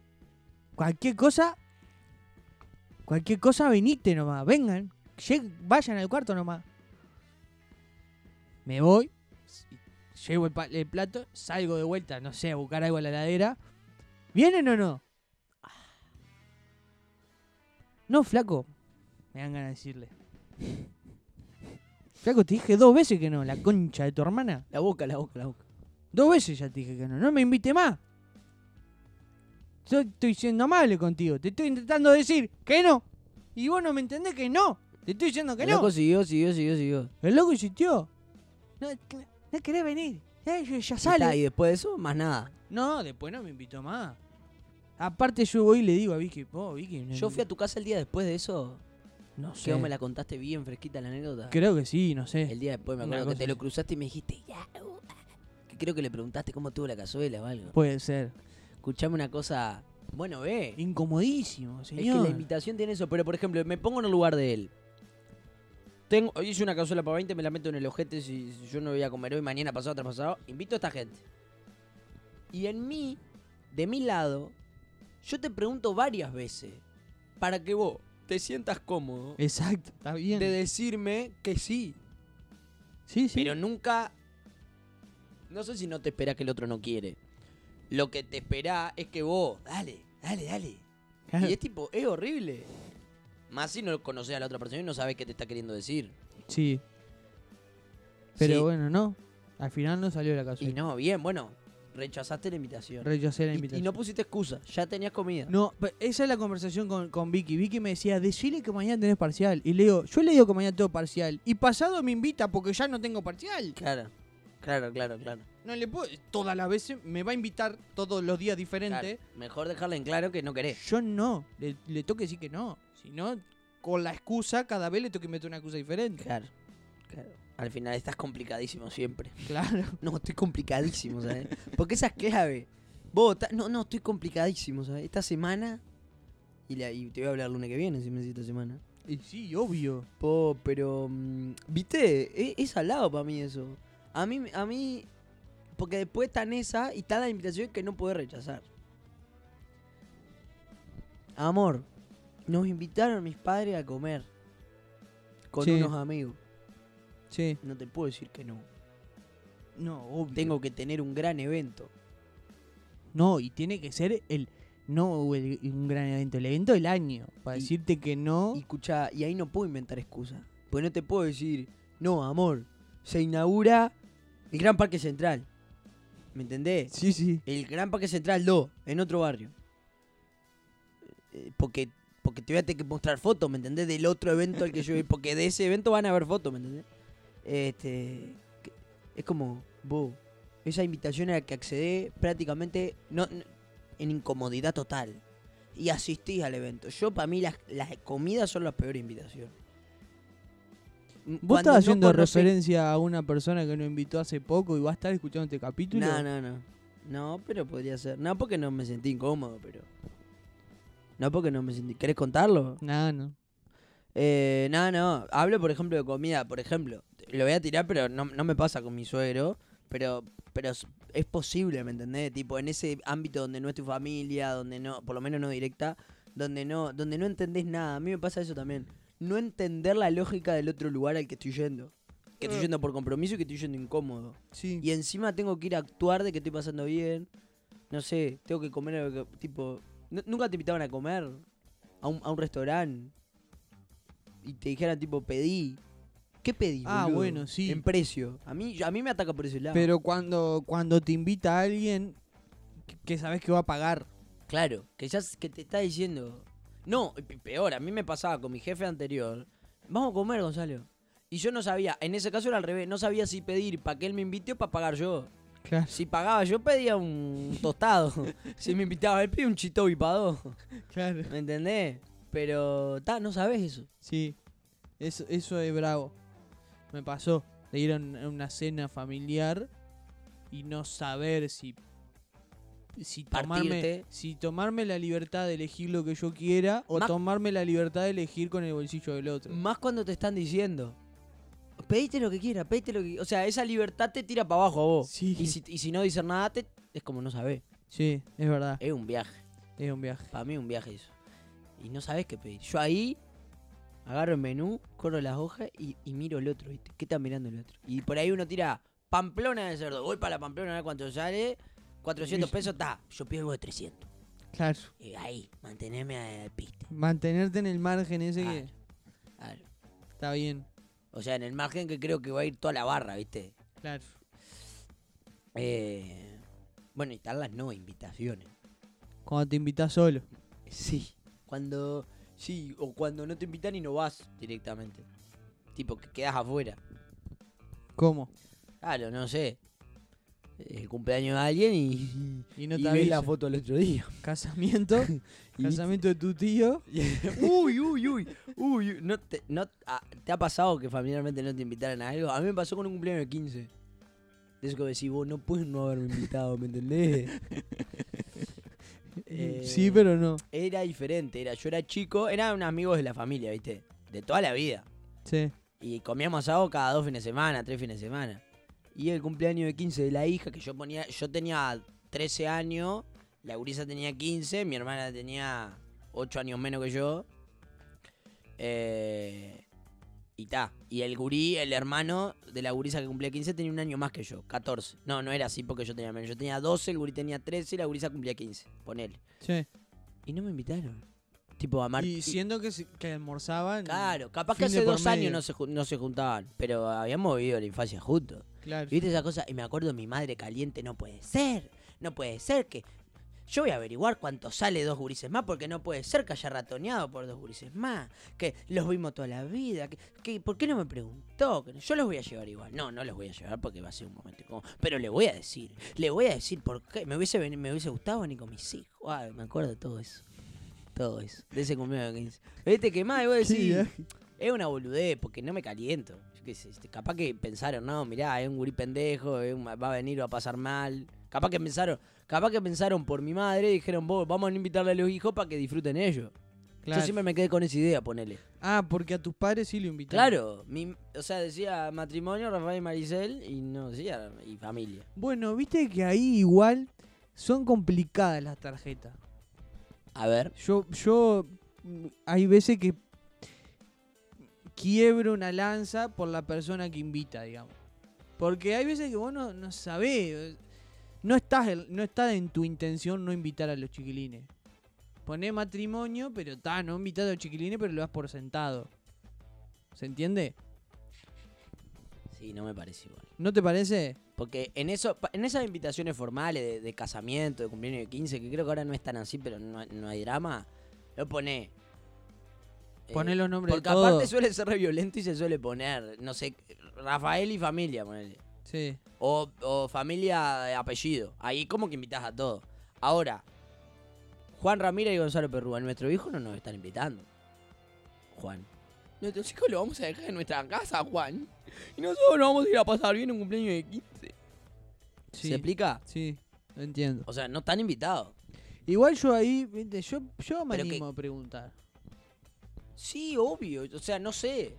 [SPEAKER 4] cualquier cosa, cualquier cosa venite nomás. Vengan, lleg- vayan al cuarto nomás. Me voy, s- llevo el, pa- el plato, salgo de vuelta, no sé, a buscar algo a la heladera. ¿Vienen o no? No, flaco. Me dan ganas de decirle. Flaco, te dije dos veces que no, la concha de tu hermana.
[SPEAKER 3] La boca, la boca, la boca.
[SPEAKER 4] Dos veces ya te dije que no, no me invite más. Yo estoy siendo amable contigo, te estoy intentando decir que no. Y vos no me entendés que no. Te estoy diciendo que
[SPEAKER 3] El
[SPEAKER 4] no.
[SPEAKER 3] loco siguió, siguió, siguió, siguió.
[SPEAKER 4] El loco insistió. No, no querés venir. Ya, ya- ya
[SPEAKER 3] Y está,
[SPEAKER 4] sale.
[SPEAKER 3] y después de eso, más nada.
[SPEAKER 4] No, después no me invitó más. Aparte yo voy y le digo a Vicky, vos, Vicky. no-
[SPEAKER 3] Yo fui a tu casa el día después de eso.
[SPEAKER 4] No
[SPEAKER 3] Que
[SPEAKER 4] sé.
[SPEAKER 3] vos me la contaste bien fresquita la anécdota.
[SPEAKER 4] Creo que sí, no sé.
[SPEAKER 3] El día después me
[SPEAKER 4] Una
[SPEAKER 3] acuerdo que
[SPEAKER 4] cosa
[SPEAKER 3] te lo
[SPEAKER 4] así.
[SPEAKER 3] cruzaste y me dijiste, "Ya, uh, ah", que creo que le preguntaste cómo tuvo la cazuela o algo.
[SPEAKER 4] Puede ser.
[SPEAKER 3] Escuchame una cosa, bueno, ve,
[SPEAKER 4] Incomodísimo,
[SPEAKER 3] es que
[SPEAKER 4] señor.
[SPEAKER 3] la invitación tiene eso, pero por ejemplo, me pongo en el lugar de él. Tengo, hoy hice una cazuela para 20, me la meto en el ojete si, si yo no voy a comer hoy, mañana, pasado, traspasado. Invito a esta gente. Y en mí, de mi lado, yo te pregunto varias veces para que vos te sientas cómodo
[SPEAKER 4] Exacto, está bien.
[SPEAKER 3] de decirme que sí.
[SPEAKER 4] Sí, sí.
[SPEAKER 3] Pero nunca. No sé si no te espera que el otro no quiere. Lo que te espera es que vos. Dale, dale, dale.
[SPEAKER 4] Claro.
[SPEAKER 3] Y es tipo, es horrible. Más si no conoces a la otra persona y no sabes qué te está queriendo decir.
[SPEAKER 4] Sí. Pero
[SPEAKER 3] Sí.
[SPEAKER 4] bueno, no. Al final no salió la
[SPEAKER 3] Y
[SPEAKER 4] cazuela.
[SPEAKER 3] no, bien, bueno. Rechazaste la invitación.
[SPEAKER 4] Rechacé la
[SPEAKER 3] Y- y,
[SPEAKER 4] invitación.
[SPEAKER 3] no pusiste excusa, ya tenías comida.
[SPEAKER 4] No, pe- esa es la conversación con, con Vicky. Vicky me decía, decile que mañana tenés parcial. Y le digo, yo le digo que mañana tengo parcial. Y pasado me invita porque ya no tengo parcial.
[SPEAKER 3] Claro, claro, claro, claro.
[SPEAKER 4] No le puedo... Todas las veces me va a invitar todos los días diferentes.
[SPEAKER 3] Claro, Mejor dejarle en claro que no querés.
[SPEAKER 4] Yo no. Le, le tengo que decir que no. Si no, con la excusa, cada vez le tengo que meter una excusa diferente.
[SPEAKER 3] Claro, claro. Al final estás complicadísimo siempre.
[SPEAKER 4] Claro.
[SPEAKER 3] No, estoy complicadísimo, ¿sabes? Porque esa es clave. Vos, ta- no, no, estoy complicadísimo, ¿sabes? Esta semana. Y, la- y te voy a hablar el lunes que viene, si me decís esta semana.
[SPEAKER 4] Y sí, obvio.
[SPEAKER 3] Po, pero. mm, ¿Viste? Es, es al lado para mí eso. A mí, a mí. Porque después está en esa y está la invitación que no puedes rechazar. Amor, nos invitaron mis padres a comer. Con
[SPEAKER 4] Sí.
[SPEAKER 3] unos amigos.
[SPEAKER 4] Sí.
[SPEAKER 3] No te puedo decir que no.
[SPEAKER 4] No, obvio.
[SPEAKER 3] Tengo que tener un gran evento.
[SPEAKER 4] No, y tiene que ser el no el- un gran evento, el evento del año. Para
[SPEAKER 3] Y-
[SPEAKER 4] decirte que no.
[SPEAKER 3] Y escuchá, y ahí no puedo inventar excusas. Pues no te puedo decir, no, amor, se inaugura el Gran Parque Central. ¿Me entendés?
[SPEAKER 4] Sí, sí.
[SPEAKER 3] El Gran Parque Central 2, en otro barrio. Eh, Porque, porque te voy a tener que mostrar fotos, ¿me entendés? Del otro evento al que yo voy. Porque de ese evento van a haber fotos, ¿me entendés? Este, que- es como, vos, esa invitación a la que accedé prácticamente no, no- en incomodidad total. Y asistís al evento. Yo, para mí, las, las comidas son las peores invitaciones.
[SPEAKER 4] Vos estás haciendo referencia a una persona que nos invitó hace poco y va a estar escuchando este capítulo.
[SPEAKER 3] No, no, no. No, pero podría ser. No, porque no me sentí incómodo, pero. No, porque no me sentí. ¿Querés contarlo?
[SPEAKER 4] No, no.
[SPEAKER 3] Eh, no, no. Hablo, por ejemplo, de comida. Por ejemplo, lo voy a tirar, pero no, no me pasa con mi suegro. Pero, pero es- es posible, ¿me entendés? Tipo, en ese ámbito donde no es tu familia, donde no, por lo menos no directa, donde no, donde no entendés nada. A mí me pasa eso también. No entender la lógica del otro lugar al que estoy yendo. Que estoy yendo por compromiso y que estoy yendo incómodo.
[SPEAKER 4] Sí.
[SPEAKER 3] Y encima tengo que ir a actuar de que estoy pasando bien. No sé, tengo que comer algo que- tipo. nu- Nunca te invitaban a comer a un, a un restaurante y te dijeran, tipo, pedí. ¿Qué pedí?
[SPEAKER 4] Ah,
[SPEAKER 3] boludo?
[SPEAKER 4] bueno, sí.
[SPEAKER 3] En precio. A mí, a mí me ataca por ese lado.
[SPEAKER 4] Pero cuando, cuando te invita a alguien que, que sabes que va a pagar.
[SPEAKER 3] Claro, que ya s- que te está diciendo. No, y pe- peor, a mí me pasaba con mi jefe anterior. Vamos a comer, Gonzalo. Y yo no sabía, en ese caso era al revés, no sabía si pedir para que él me invite o para pagar yo.
[SPEAKER 4] Claro.
[SPEAKER 3] Si pagaba, yo pedía un tostado. si me invitaba él, pedía un chito vipado.
[SPEAKER 4] Claro.
[SPEAKER 3] ¿Me entendés? Pero, ta, no sabes eso.
[SPEAKER 4] Sí. Eso, eso es bravo. Me pasó de ir a un- a una cena familiar y no saber si si tomarme
[SPEAKER 3] Partirte.
[SPEAKER 4] si tomarme la libertad de elegir lo que yo quiera o
[SPEAKER 3] Ma-
[SPEAKER 4] tomarme la libertad de elegir con el bolsillo del otro.
[SPEAKER 3] Más cuando te están diciendo. Pedite lo que quieras, pedite lo que qui-". O sea, esa libertad te tira para abajo a vos.
[SPEAKER 4] Sí.
[SPEAKER 3] Y, si, y si no dicen nada, te- es como no sabés.
[SPEAKER 4] Sí, es verdad.
[SPEAKER 3] Es un viaje.
[SPEAKER 4] Es un viaje.
[SPEAKER 3] Para mí es un viaje eso. Y no sabés qué pedir. Yo ahí agarro el menú, corro las hojas y, y miro el otro, ¿viste? ¿Qué está mirando el otro? Y por ahí uno tira Pamplona de cerdo. Voy para la Pamplona a ver cuánto sale. 400 pesos, está. Yo pido algo de 300.
[SPEAKER 4] Claro.
[SPEAKER 3] Y ahí, mantenerme al piste.
[SPEAKER 4] Mantenerte en el margen ese que
[SPEAKER 3] Claro. Claro.
[SPEAKER 4] está bien.
[SPEAKER 3] O sea, en el margen que creo que va a ir toda la barra, ¿viste?
[SPEAKER 4] Claro.
[SPEAKER 3] Eh, bueno, y están las no invitaciones.
[SPEAKER 4] Cuando te invitas solo.
[SPEAKER 3] Sí. Cuando. Sí, o cuando no te invitan y no vas directamente. Tipo, que quedas afuera.
[SPEAKER 4] ¿Cómo?
[SPEAKER 3] Claro, no sé. El cumpleaños de alguien y.
[SPEAKER 4] Y no
[SPEAKER 3] y
[SPEAKER 4] te
[SPEAKER 3] ves la
[SPEAKER 4] avisan.
[SPEAKER 3] foto el otro día.
[SPEAKER 4] Casamiento.
[SPEAKER 3] Y-
[SPEAKER 4] casamiento de tu tío.
[SPEAKER 3] uy, uy, uy. Uy, uy. ¿No te, no, ah, ¿Te ha pasado que familiarmente no te invitaran a algo? A mí me pasó con un cumpleaños de 15. De eso que decís, vos no puedes no haberme invitado, ¿me entendés? Eh,
[SPEAKER 4] Sí, pero no.
[SPEAKER 3] Era diferente, era, yo era chico, eran amigos de la familia, ¿viste? De toda la vida.
[SPEAKER 4] Sí.
[SPEAKER 3] Y comíamos asado cada dos fines de semana, tres fines de semana. Y el cumpleaños de 15 de la hija, que yo ponía, yo tenía 13 años, la gurisa tenía 15, mi hermana tenía 8 años menos que yo. Eh, y ta. Y el gurí, el hermano de la gurisa que cumplía 15, tenía un año más que yo, 14. No, no era así porque yo tenía menos. Yo tenía 12, el gurí tenía 13 y la gurisa cumplía 15. Ponele.
[SPEAKER 4] Sí.
[SPEAKER 3] Y no me invitaron. Tipo, a Mar-
[SPEAKER 4] Y siendo que, se- que almorzaban.
[SPEAKER 3] Claro, capaz que
[SPEAKER 4] fin de
[SPEAKER 3] hace
[SPEAKER 4] por
[SPEAKER 3] dos
[SPEAKER 4] medio.
[SPEAKER 3] años no se, ju- no se juntaban, pero habíamos vivido la infancia juntos.
[SPEAKER 4] Claro.
[SPEAKER 3] ¿Viste esa cosa? Y me acuerdo mi madre caliente, no puede ser, no puede ser que... Yo voy a averiguar cuánto sale dos gurises más, porque no puede ser que haya ratoneado por dos gurises más, que los vimos toda la vida, que, que- ¿por qué no me preguntó? Que no- Yo los voy a llevar igual. No, no los voy a llevar porque va a ser un momento incómodo. Pero le voy a decir, le voy a decir por qué. Me hubiese, veni- me hubiese gustado venir con mis hijos. Ay, me acuerdo de todo eso. Todo eso. De ese cumpleaños de 15. ¿Viste que más? Y vos
[SPEAKER 4] Qué
[SPEAKER 3] decís,
[SPEAKER 4] viaje.
[SPEAKER 3] es una boludez, porque no me caliento. Yo qué sé, este, capaz que pensaron, no, mirá, es un gurí pendejo, es un- va a venir, va a pasar mal. Capaz que pensaron, capaz que pensaron por mi madre y dijeron, vos, vamos a invitarle a los hijos para que disfruten ellos.
[SPEAKER 4] Claro.
[SPEAKER 3] Yo siempre me quedé con esa idea, ponele.
[SPEAKER 4] Ah, porque a tus padres sí lo invitaron.
[SPEAKER 3] Claro, mi- o sea, decía matrimonio, Rafael y Maricel, y no decía, y familia.
[SPEAKER 4] Bueno, viste que ahí igual son complicadas las tarjetas.
[SPEAKER 3] A ver,
[SPEAKER 4] Yo, yo mm, hay veces que quiebro una lanza por la persona que invita, digamos. Porque hay veces que vos no, no sabés. eh, No estás, en- no está en tu intención no invitar a los chiquilines. Poné matrimonio, pero está, no invitar a los chiquilines, pero lo das por sentado. ¿Se entiende?
[SPEAKER 3] sí, no me parece igual.
[SPEAKER 4] ¿No te parece?
[SPEAKER 3] Porque en eso, pa- en esas invitaciones formales de, de casamiento, de cumpleaños de 15, que creo que ahora no están así, pero no, no hay drama, lo pone. Eh,
[SPEAKER 4] Poné los nombres
[SPEAKER 3] Porque
[SPEAKER 4] de todos.
[SPEAKER 3] aparte suele ser re violento y se suele poner, no sé, Rafael y familia, ponele.
[SPEAKER 4] Sí.
[SPEAKER 3] O, o familia de apellido. Ahí como que invitas a todos. Ahora, Juan Ramírez y Gonzalo Perrúa, nuestro hijo no nos están invitando. Juan.
[SPEAKER 5] Nuestro chico lo vamos a dejar en nuestra casa, Juan. Y nosotros nos vamos a ir a pasar bien un cumpleaños de 15.
[SPEAKER 4] Sí.
[SPEAKER 3] ¿Se explica?
[SPEAKER 4] Sí, lo entiendo.
[SPEAKER 3] O sea, no están invitados.
[SPEAKER 4] Igual yo ahí, viste, yo, yo me
[SPEAKER 3] Pero
[SPEAKER 4] animo a preguntar.
[SPEAKER 3] Sí, obvio. O sea, no sé.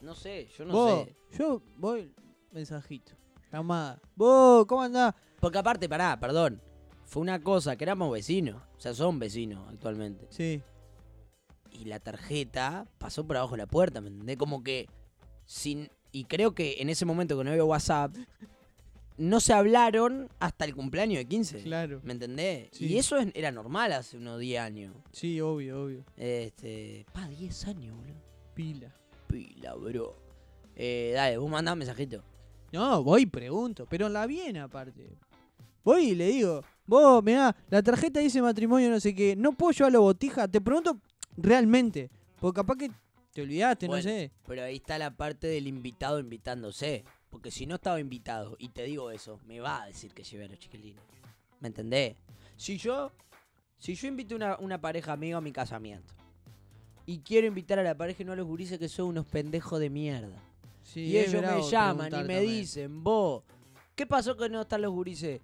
[SPEAKER 3] No sé, yo no
[SPEAKER 4] vos,
[SPEAKER 3] sé.
[SPEAKER 4] yo voy, mensajito, llamada. Vos, ¿cómo andás?
[SPEAKER 3] Porque aparte, pará, perdón. Fue una cosa que éramos vecinos. O sea, son vecinos actualmente.
[SPEAKER 4] Sí,
[SPEAKER 3] Y la tarjeta pasó por abajo de la puerta, ¿me entendés? Como que sin... Y creo que en ese momento que no había WhatsApp, no se hablaron hasta el cumpleaños de 15.
[SPEAKER 4] claro.
[SPEAKER 3] ¿Me entendés?
[SPEAKER 4] Sí.
[SPEAKER 3] Y eso es- era normal hace unos 10 años.
[SPEAKER 4] Sí, obvio, obvio.
[SPEAKER 3] Este... Pa, 10 años, boludo.
[SPEAKER 4] Pila.
[SPEAKER 3] Pila, bro. Eh, dale, vos mandá un mensajito.
[SPEAKER 4] No, voy y pregunto, pero en la bien aparte. Voy y le digo, vos, mirá, la tarjeta dice matrimonio, no sé qué, no puedo llevarlo botija. Te pregunto realmente, porque capaz que te olvidaste, no
[SPEAKER 3] Bueno.
[SPEAKER 4] sé.
[SPEAKER 3] Pero ahí está la parte del invitado invitándose. Porque si no estaba invitado y te digo eso, me va a decir que llevé a los chiquilines. ¿Me entendés? Si yo, si yo invito una, una pareja amiga a mi casamiento y quiero invitar a la pareja y no a los gurises que son unos pendejos de mierda.
[SPEAKER 4] Sí,
[SPEAKER 3] y
[SPEAKER 4] es
[SPEAKER 3] ellos me
[SPEAKER 4] bravo
[SPEAKER 3] llaman y
[SPEAKER 4] preguntar
[SPEAKER 3] me
[SPEAKER 4] también.
[SPEAKER 3] dicen, vos, ¿qué pasó que no están los gurises?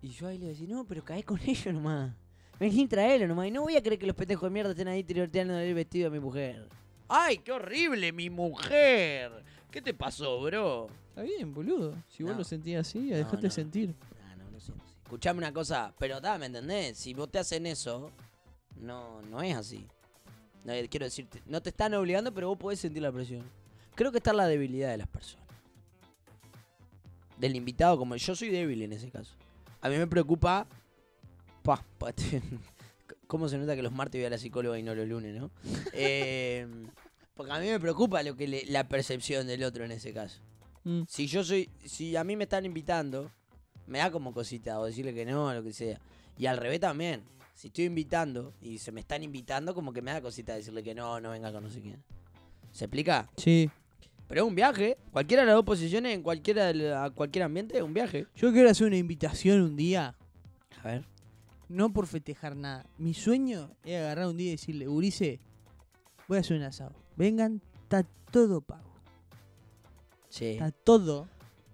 [SPEAKER 3] Y yo ahí le decía, no, pero caí con ellos nomás. Vení, traelo nomás. Y no voy a creer que los pendejos de mierda estén ahí tiroteando el vestido a mi mujer. ¡Ay, qué horrible, mi mujer! ¿Qué te pasó, bro?
[SPEAKER 4] Está bien, boludo. Si vos
[SPEAKER 3] No.
[SPEAKER 4] lo sentías así, dejate
[SPEAKER 3] no.
[SPEAKER 4] sentir.
[SPEAKER 3] Ah, no, lo siento. sí. Escuchame una cosa, pero da, ¿me entendés? Si vos te hacen eso, no, no es así. No, eh, quiero decirte, no te están obligando, pero vos podés sentir la presión. Creo que está la debilidad de las personas. Del invitado, como yo soy débil en ese caso. A mí me preocupa. Pa, pa, te- ¿Cómo se nota que los martes voy a la psicóloga y no los lunes, no? Eh, porque a mí me preocupa lo que le- la percepción del otro en ese caso.
[SPEAKER 4] Mm.
[SPEAKER 3] Si yo soy. Si a mí me están invitando, me da como cosita, o decirle que no, lo que sea. Y al revés también. Si estoy invitando y se me están invitando, como que me da cosita decirle que no, no venga con no sé quién. ¿Se explica?
[SPEAKER 4] Sí.
[SPEAKER 3] Pero es un viaje. Cualquiera de las dos posiciones, en cualquiera de la- a cualquier ambiente, es un viaje.
[SPEAKER 4] Yo quiero hacer una invitación un día,
[SPEAKER 3] A ver.
[SPEAKER 4] no por festejar nada. Mi sueño es agarrar un día y decirle, Urice, voy a hacer un asado. Vengan, está todo pago.
[SPEAKER 3] Sí.
[SPEAKER 4] Está todo,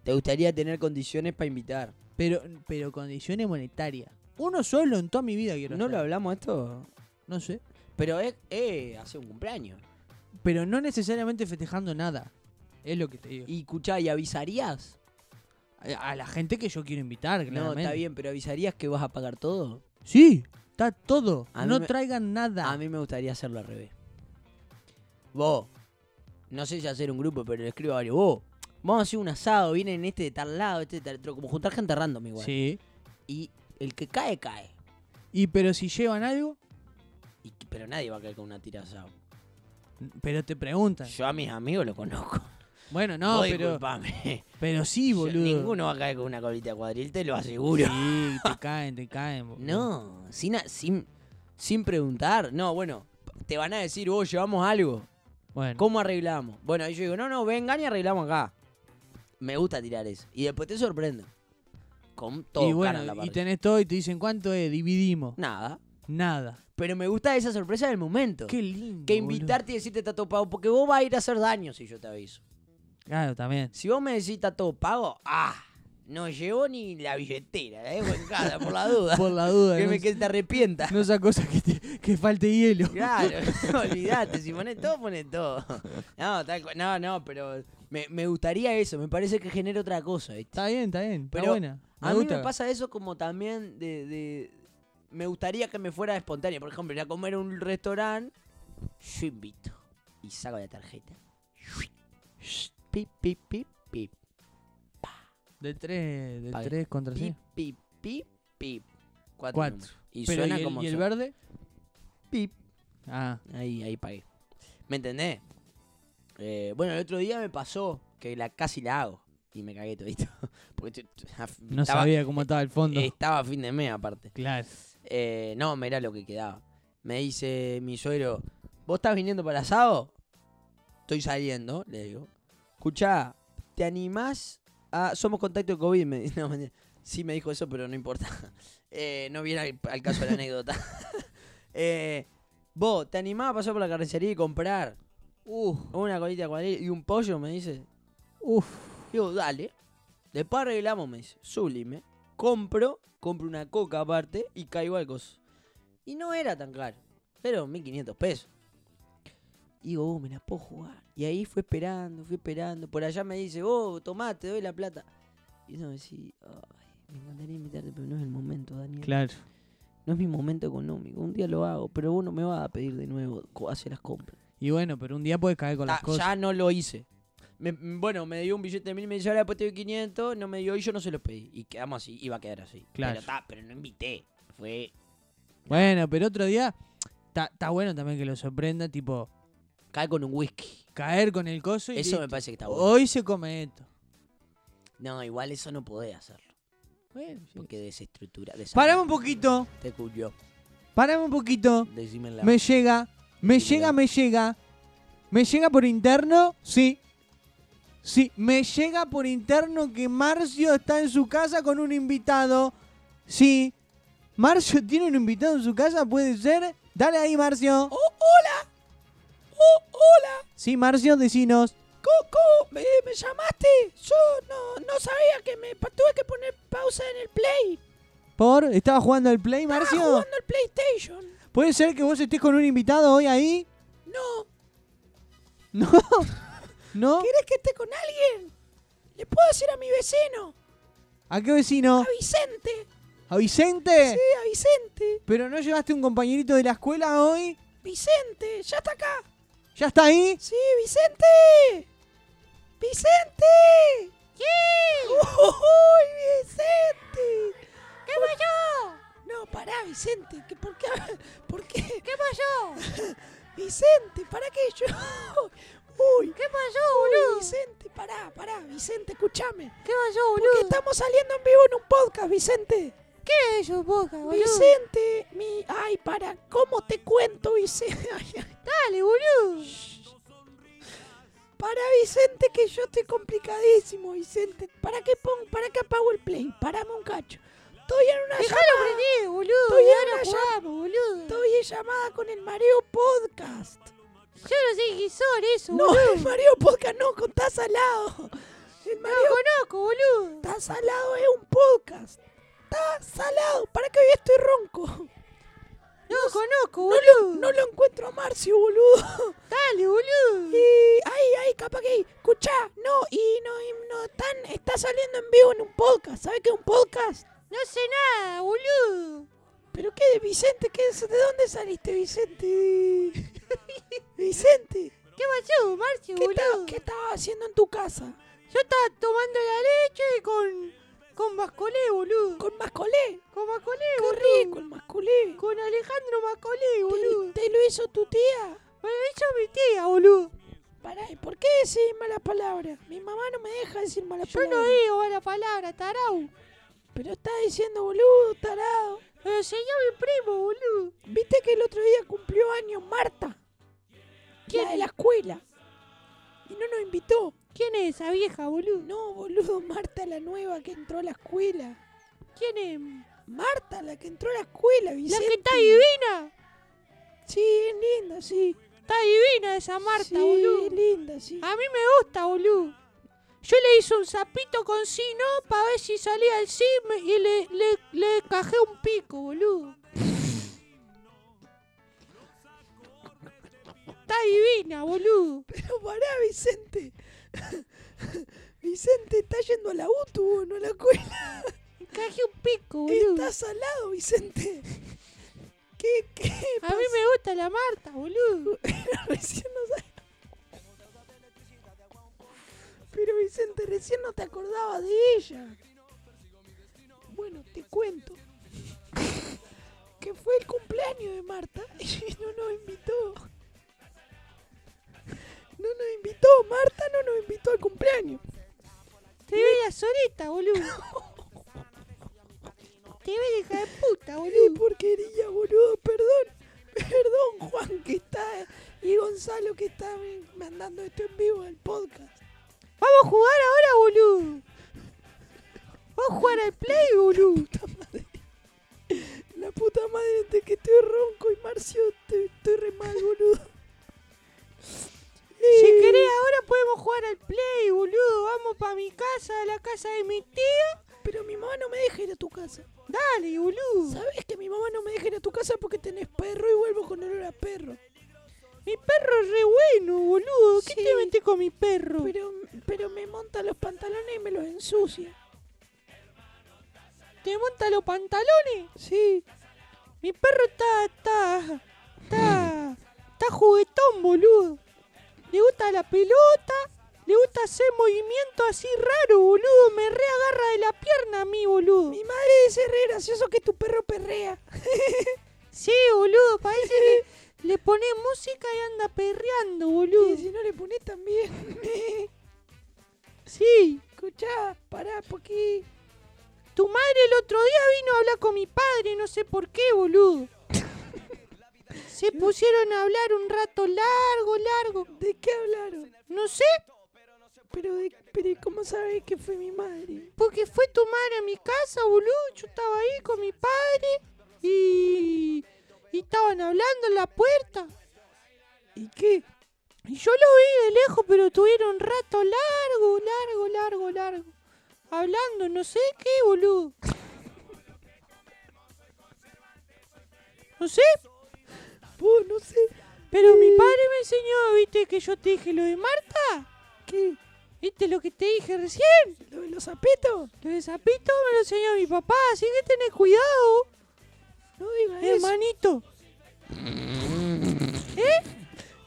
[SPEAKER 3] ¿Te gustaría tener condiciones para invitar?
[SPEAKER 4] pero, pero condiciones monetarias. Uno solo en toda mi vida quiero
[SPEAKER 3] ¿No
[SPEAKER 4] hacer.
[SPEAKER 3] lo hablamos esto?
[SPEAKER 4] No sé.
[SPEAKER 3] Pero es, es hace un cumpleaños.
[SPEAKER 4] Pero no necesariamente festejando nada. Es lo que te digo.
[SPEAKER 3] Y escuchá, ¿y avisarías?
[SPEAKER 4] A a la gente que yo quiero invitar, claramente.
[SPEAKER 3] No, está bien, pero ¿avisarías que vas a pagar todo?
[SPEAKER 4] Sí, está todo.
[SPEAKER 3] A mí
[SPEAKER 4] no
[SPEAKER 3] me-
[SPEAKER 4] traigan nada.
[SPEAKER 3] A mí me gustaría hacerlo al revés. Vos, no sé si hacer un grupo, pero le escribo a varios. Vos, vamos a hacer un asado, vienen este de tal lado, este de tal otro. Como juntar gente random igual.
[SPEAKER 4] Sí.
[SPEAKER 3] Y el que cae, cae.
[SPEAKER 4] Y pero si llevan algo,
[SPEAKER 3] Y- pero nadie va a caer con una tira de asado.
[SPEAKER 4] pero te preguntan.
[SPEAKER 3] Yo a mis amigos los conozco.
[SPEAKER 4] Bueno, no,
[SPEAKER 3] Vos
[SPEAKER 4] pero,
[SPEAKER 3] disculpame.
[SPEAKER 4] pero sí,
[SPEAKER 3] Yo-
[SPEAKER 4] boludo.
[SPEAKER 3] Ninguno va a caer con una colita de cuadril, te lo aseguro.
[SPEAKER 4] Sí, te caen, te caen. boludo.
[SPEAKER 3] No, sin, a- sin, sin preguntar. No, bueno, te van a decir, vos llevamos algo.
[SPEAKER 4] Bueno,
[SPEAKER 3] ¿Cómo arreglamos? Bueno, ahí yo digo, no, no, vengan y arreglamos acá. Me gusta tirar eso. Y después te sorprenden. Con todo
[SPEAKER 4] y
[SPEAKER 3] cara en la
[SPEAKER 4] bueno, y
[SPEAKER 3] parrilla.
[SPEAKER 4] tenés todo y te dicen cuánto es, dividimos.
[SPEAKER 3] Nada.
[SPEAKER 4] Nada.
[SPEAKER 3] Pero me gusta esa sorpresa del momento.
[SPEAKER 4] Qué lindo.
[SPEAKER 3] que
[SPEAKER 4] boludo.
[SPEAKER 3] invitarte y decirte está todo pago. Porque vos vas a ir a hacer daño si yo te aviso.
[SPEAKER 4] Claro, también.
[SPEAKER 3] Si vos me decís está todo pago, ah, no llevo ni la billetera. La dejo en casa por la duda.
[SPEAKER 4] Por la duda.
[SPEAKER 3] que
[SPEAKER 4] no,
[SPEAKER 3] me que te arrepienta.
[SPEAKER 4] no esa cosa que, te- que falte hielo.
[SPEAKER 3] Claro, olvidate, si pones todo, pones todo. No, tal cual, no, no, pero me, me gustaría eso, me parece que genera otra cosa, ¿viste?
[SPEAKER 4] Está bien, está bien. Está
[SPEAKER 3] Pero
[SPEAKER 4] buena. Me
[SPEAKER 3] a mí
[SPEAKER 4] gusta.
[SPEAKER 3] me pasa eso como también de, de- Me gustaría que me fuera espontánea. Por ejemplo, ir a comer a un restaurante, yo invito. Y saco la tarjeta. Pip, pip, pip, pip,
[SPEAKER 4] De tres, de
[SPEAKER 3] Pagué.
[SPEAKER 4] tres contra
[SPEAKER 3] pip,
[SPEAKER 4] sí.
[SPEAKER 3] pip, pip, pip. Cuatro.
[SPEAKER 4] Cuatro.
[SPEAKER 3] números. Y
[SPEAKER 4] Pero
[SPEAKER 3] suena
[SPEAKER 4] ¿y el,
[SPEAKER 3] como...
[SPEAKER 4] y el
[SPEAKER 3] son.
[SPEAKER 4] verde?
[SPEAKER 3] Pip.
[SPEAKER 4] Ah,
[SPEAKER 3] Ahí, ahí pagué. ¿Me entendés? Eh, bueno, el otro día me pasó que la casi la hago. Y me cagué todito. Porque tu- tu-
[SPEAKER 4] no
[SPEAKER 3] Mm, estaba, este.
[SPEAKER 4] sabía cómo estaba el fondo.
[SPEAKER 3] Estaba a fin de mes aparte.
[SPEAKER 4] claro.
[SPEAKER 3] Eh, no, mirá lo que quedaba. Me dice mi suegro, ¿vos estás viniendo para el asado? Estoy saliendo, le digo. Escuchá, ¿te animás a... Somos contacto de COVID, me dice. No, mentira. sí, me dijo eso, pero no importa. Eh, no viene al, al caso de la anécdota. Eh, ¿Vos te animás a pasar por la carnicería y comprar
[SPEAKER 4] Uf,
[SPEAKER 3] una colita de cuadril y un pollo? Me dice.
[SPEAKER 4] uf.
[SPEAKER 3] Digo, dale. Después arreglamos, me dice. Sublime. Compro, compro una coca aparte y caigo al coso. Y no era tan caro. Pero 15500 pesos. Y digo, oh, me la puedo jugar. Y ahí fue esperando, fui esperando. Por allá me dice, oh, tomá, te doy la plata. Y no decía, ay, me encantaría invitarte, pero no es el momento, Daniel.
[SPEAKER 4] Claro.
[SPEAKER 3] No es mi momento económico. Un día lo hago, pero vos no me vas a pedir de nuevo co- hacer las compras.
[SPEAKER 4] Y bueno, pero un día puedes caer con las
[SPEAKER 3] Ta-
[SPEAKER 4] cosas.
[SPEAKER 3] Ya no lo hice. Me- m- bueno, me dio un billete de mil, me dice, ahora después te doy 500, no me dio y yo no se los pedí. Y quedamos así, iba a quedar así.
[SPEAKER 4] Claro.
[SPEAKER 3] Pero, ta, pero no invité. Fue.
[SPEAKER 4] Bueno, pero otro día está está bueno también que lo sorprenda, tipo,
[SPEAKER 3] Cae con un whisky.
[SPEAKER 4] caer con el coso y
[SPEAKER 3] Eso me
[SPEAKER 4] listo. Oh.
[SPEAKER 3] parece que está bueno.
[SPEAKER 4] hoy se come esto.
[SPEAKER 3] No, igual eso no podés hacerlo.
[SPEAKER 4] Bueno, sí.
[SPEAKER 3] Porque desestructura. desarma-
[SPEAKER 4] Parame un poquito,
[SPEAKER 3] Te cuyo.
[SPEAKER 4] parame un poquito.
[SPEAKER 3] Decime la.
[SPEAKER 4] Me llega, me
[SPEAKER 3] Sí,
[SPEAKER 4] llega,
[SPEAKER 3] claro.
[SPEAKER 4] me llega. Me llega por interno, sí. Sí, me llega por interno que Marcio está en su casa con un invitado. Sí, Marcio tiene un invitado en su casa, puede ser. Dale ahí, Marcio.
[SPEAKER 5] ¡Oh, hola! ¡Oh, hola!
[SPEAKER 4] Sí, Marcio, decinos.
[SPEAKER 5] ¡Coco! ¿Me, me llamaste? Yo no, no sabía que me pa- tuve que poner pausa en el Play.
[SPEAKER 4] ¿Por? ¿Estaba jugando al Play,
[SPEAKER 5] Estaba
[SPEAKER 4] Marcio?
[SPEAKER 5] jugando el PlayStation.
[SPEAKER 4] ¿Puede ser que vos estés con un invitado hoy ahí?
[SPEAKER 5] No.
[SPEAKER 4] No. ¿No?
[SPEAKER 5] ¿Querés que esté con alguien? Le puedo decir a mi vecino,
[SPEAKER 4] ¿A qué vecino?
[SPEAKER 5] a Vicente.
[SPEAKER 4] ¿A Vicente?
[SPEAKER 5] Sí, a Vicente.
[SPEAKER 4] ¿Pero no llevaste un compañerito de la escuela hoy?
[SPEAKER 5] Vicente, ya está acá.
[SPEAKER 4] ¿Ya está ahí?
[SPEAKER 5] Sí, Vicente. Vicente. ¡Uy, Vicente! ¿Qué pasó? No, pará, Vicente. ¿Qué, ¿Por qué? ¿Por qué? ¿Qué pasó? Vicente, ¿para qué yo? Uy, ¿qué pasó, boludo? Vicente, pará, pará, Vicente, escúchame. ¿Qué pasó, boludo? Porque estamos saliendo en vivo en un podcast, Vicente. ¿Qué es un podcast, boludo? Vicente, mi. Ay, para, ¿cómo te cuento, Vicente? Dale, boludo. Para Vicente, que yo estoy complicadísimo, Vicente. ¿Para qué pon, para qué apago el play? Parame un cacho. Estoy en una llamada. boludo. Estoy en una llamada, boludo. Estoy en llamada con el Mareo Podcast.
[SPEAKER 6] Yo no sé qué son eso,
[SPEAKER 5] No,
[SPEAKER 6] boludo.
[SPEAKER 5] el Mareo Podcast no, con Taz al lado. El
[SPEAKER 6] No
[SPEAKER 5] Mareo
[SPEAKER 6] conozco, boludo.
[SPEAKER 5] Taz al lado es un podcast. Taz al lado. ¿Para qué hoy estoy ronco?
[SPEAKER 6] No conozco,
[SPEAKER 5] No lo,
[SPEAKER 6] boludo.
[SPEAKER 5] no lo encuentro a Marcio, boludo.
[SPEAKER 6] Dale, boludo.
[SPEAKER 5] Y ay, ay, capaz que escuchá, no, y no, y no tan, está saliendo en vivo en un podcast, ¿sabes qué es un podcast?
[SPEAKER 6] No sé nada, boludo.
[SPEAKER 5] Pero qué de Vicente, qué es- de dónde saliste, Vicente? Vicente,
[SPEAKER 6] ¿Qué pasó, Marcio,
[SPEAKER 5] ¿qué, ta-
[SPEAKER 6] boludo?
[SPEAKER 5] qué estabas haciendo en tu casa?
[SPEAKER 6] Yo estaba tomando la leche con. con Mascolé, boludo.
[SPEAKER 5] Con Mascolé,
[SPEAKER 6] Con Mascolé,
[SPEAKER 5] qué
[SPEAKER 6] boludo.
[SPEAKER 5] rico el Mascolé.
[SPEAKER 6] Con Alejandro Mascolé, boludo.
[SPEAKER 5] ¿Te, te lo hizo tu tía?
[SPEAKER 6] Me lo hizo mi tía, boludo.
[SPEAKER 5] Pará, ¿y ¿por qué decís malas palabras? Mi mamá no me deja decir malas
[SPEAKER 6] Yo no
[SPEAKER 5] palabras.
[SPEAKER 6] digo mala palabra, tarau.
[SPEAKER 5] Pero estás diciendo boludo, tarado.
[SPEAKER 6] Me lo enseñó mi primo, boludo.
[SPEAKER 5] ¿Viste que el otro día cumplió años Marta? ¿Quién? La de la escuela. Y no nos invitó.
[SPEAKER 6] ¿Quién es esa vieja, boludo?
[SPEAKER 5] No, boludo, Marta la nueva que entró a la escuela.
[SPEAKER 6] ¿Quién es?
[SPEAKER 5] Marta la que entró a la escuela,
[SPEAKER 6] La
[SPEAKER 5] Vicente.
[SPEAKER 6] que está divina.
[SPEAKER 5] Sí, es linda, sí.
[SPEAKER 6] Está divina esa Marta,
[SPEAKER 5] sí,
[SPEAKER 6] boludo. Ah.
[SPEAKER 5] es linda, sí.
[SPEAKER 6] A mí me gusta, boludo. Yo le hice un zapito con sí, no, para ver si salía el sí me- y le, le, le cajé un pico, boludo. Está divina, boludo.
[SPEAKER 5] Pero pará, Vicente. Vicente está yendo a la UTU, o no a la escuela.
[SPEAKER 6] Cajé un pico, boludo.
[SPEAKER 5] Estás al lado, Vicente. ¿Qué, qué?
[SPEAKER 6] A mí me gusta la Marta, boludo.
[SPEAKER 5] Recién no sa- Pero Vicente, recién no te acordabas de ella. Bueno, te cuento. Que fue el cumpleaños de Marta y no nos invitó. No nos invitó, Marta no nos invitó al cumpleaños.
[SPEAKER 6] Te ve la solita, boludo. Te ve hija de puta,
[SPEAKER 5] Qué
[SPEAKER 6] boludo.
[SPEAKER 5] porquería, boludo, perdón. Perdón, Juan, que está. Y Gonzalo, que está mandando esto en vivo al podcast.
[SPEAKER 6] Vamos a jugar ahora, boludo. Vamos a jugar al play, boludo.
[SPEAKER 5] La puta madre de que estoy ronco y Marcio, te- estoy re mal, boludo.
[SPEAKER 6] Si
[SPEAKER 5] Eh,
[SPEAKER 6] querés, ahora podemos jugar al play, boludo. Vamos para mi casa, a la casa de mi tía.
[SPEAKER 5] Pero mi mamá no me deja ir a tu casa.
[SPEAKER 6] Dale, boludo.
[SPEAKER 5] ¿Sabes que mi mamá no me deja ir a tu casa porque tenés perro y vuelvo con olor a perro?
[SPEAKER 6] Mi perro es re bueno, boludo. ¿Qué
[SPEAKER 5] Sí.
[SPEAKER 6] te metí con mi perro?
[SPEAKER 5] Pero, pero me monta los pantalones y me los ensucia.
[SPEAKER 6] ¿Te monta los pantalones? Sí. Mi perro está, está, está, está juguetón, boludo. Le gusta la pelota, le gusta hacer movimientos así raro, boludo. Me reagarra de la pierna a mí, boludo.
[SPEAKER 5] Mi madre dice re gracioso que tu perro perrea.
[SPEAKER 6] Sí, boludo, parece que le pone música y anda perreando, boludo.
[SPEAKER 5] Y si no le pones también.
[SPEAKER 6] Sí,
[SPEAKER 5] Escuchá, pará, porque.
[SPEAKER 6] tu madre el otro día vino a hablar con mi padre, no sé por qué, boludo. Se pusieron a hablar un rato largo, largo.
[SPEAKER 5] ¿De qué hablaron?
[SPEAKER 6] No sé,
[SPEAKER 5] Pero, de- pero ¿y ¿cómo sabes que fue mi madre?
[SPEAKER 6] Porque fue tu madre a mi casa, boludo. Yo estaba ahí con mi padre y. Y estaban hablando en la puerta.
[SPEAKER 5] ¿Y qué?
[SPEAKER 6] Y yo lo vi de lejos, pero tuvieron un rato largo, largo, largo, largo. Hablando, no sé qué, boludo. No sé,
[SPEAKER 5] Vos no sé. Eh.
[SPEAKER 6] pero mi padre me enseñó, viste, que yo te dije lo de Marta.
[SPEAKER 5] ¿Qué?
[SPEAKER 6] ¿Viste lo que te dije recién?
[SPEAKER 5] ¿Lo de los zapitos?
[SPEAKER 6] Lo de Zapito me lo enseñó mi papá, así que tenés cuidado,
[SPEAKER 5] No digas eso.
[SPEAKER 6] hermanito. ¿Eh?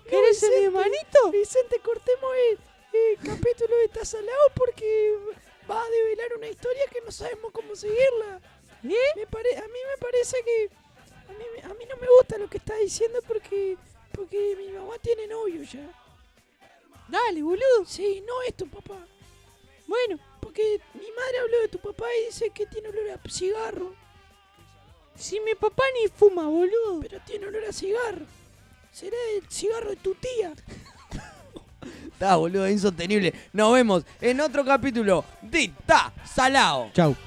[SPEAKER 6] ¿Querés ser mi hermanito?
[SPEAKER 5] Vicente, cortemos el, el capítulo de Estás al lado porque va a develar una historia que no sabemos cómo seguirla.
[SPEAKER 6] ¿Eh?
[SPEAKER 5] Me pare- a mí me parece que... A mí, me- a mí no me gusta lo que estás diciendo porque... Porque mi mamá tiene novio ya.
[SPEAKER 6] Dale, boludo.
[SPEAKER 5] Sí, no es tu papá.
[SPEAKER 6] Bueno,
[SPEAKER 5] Porque mi madre habló de tu papá y dice que tiene olor a cigarro.
[SPEAKER 6] si mi papá ni fuma, boludo.
[SPEAKER 5] Pero tiene olor a cigarro. Será el cigarro de tu tía.
[SPEAKER 1] Está, boludo, es insostenible. Nos vemos en otro capítulo de Ta Salao.
[SPEAKER 4] Chau.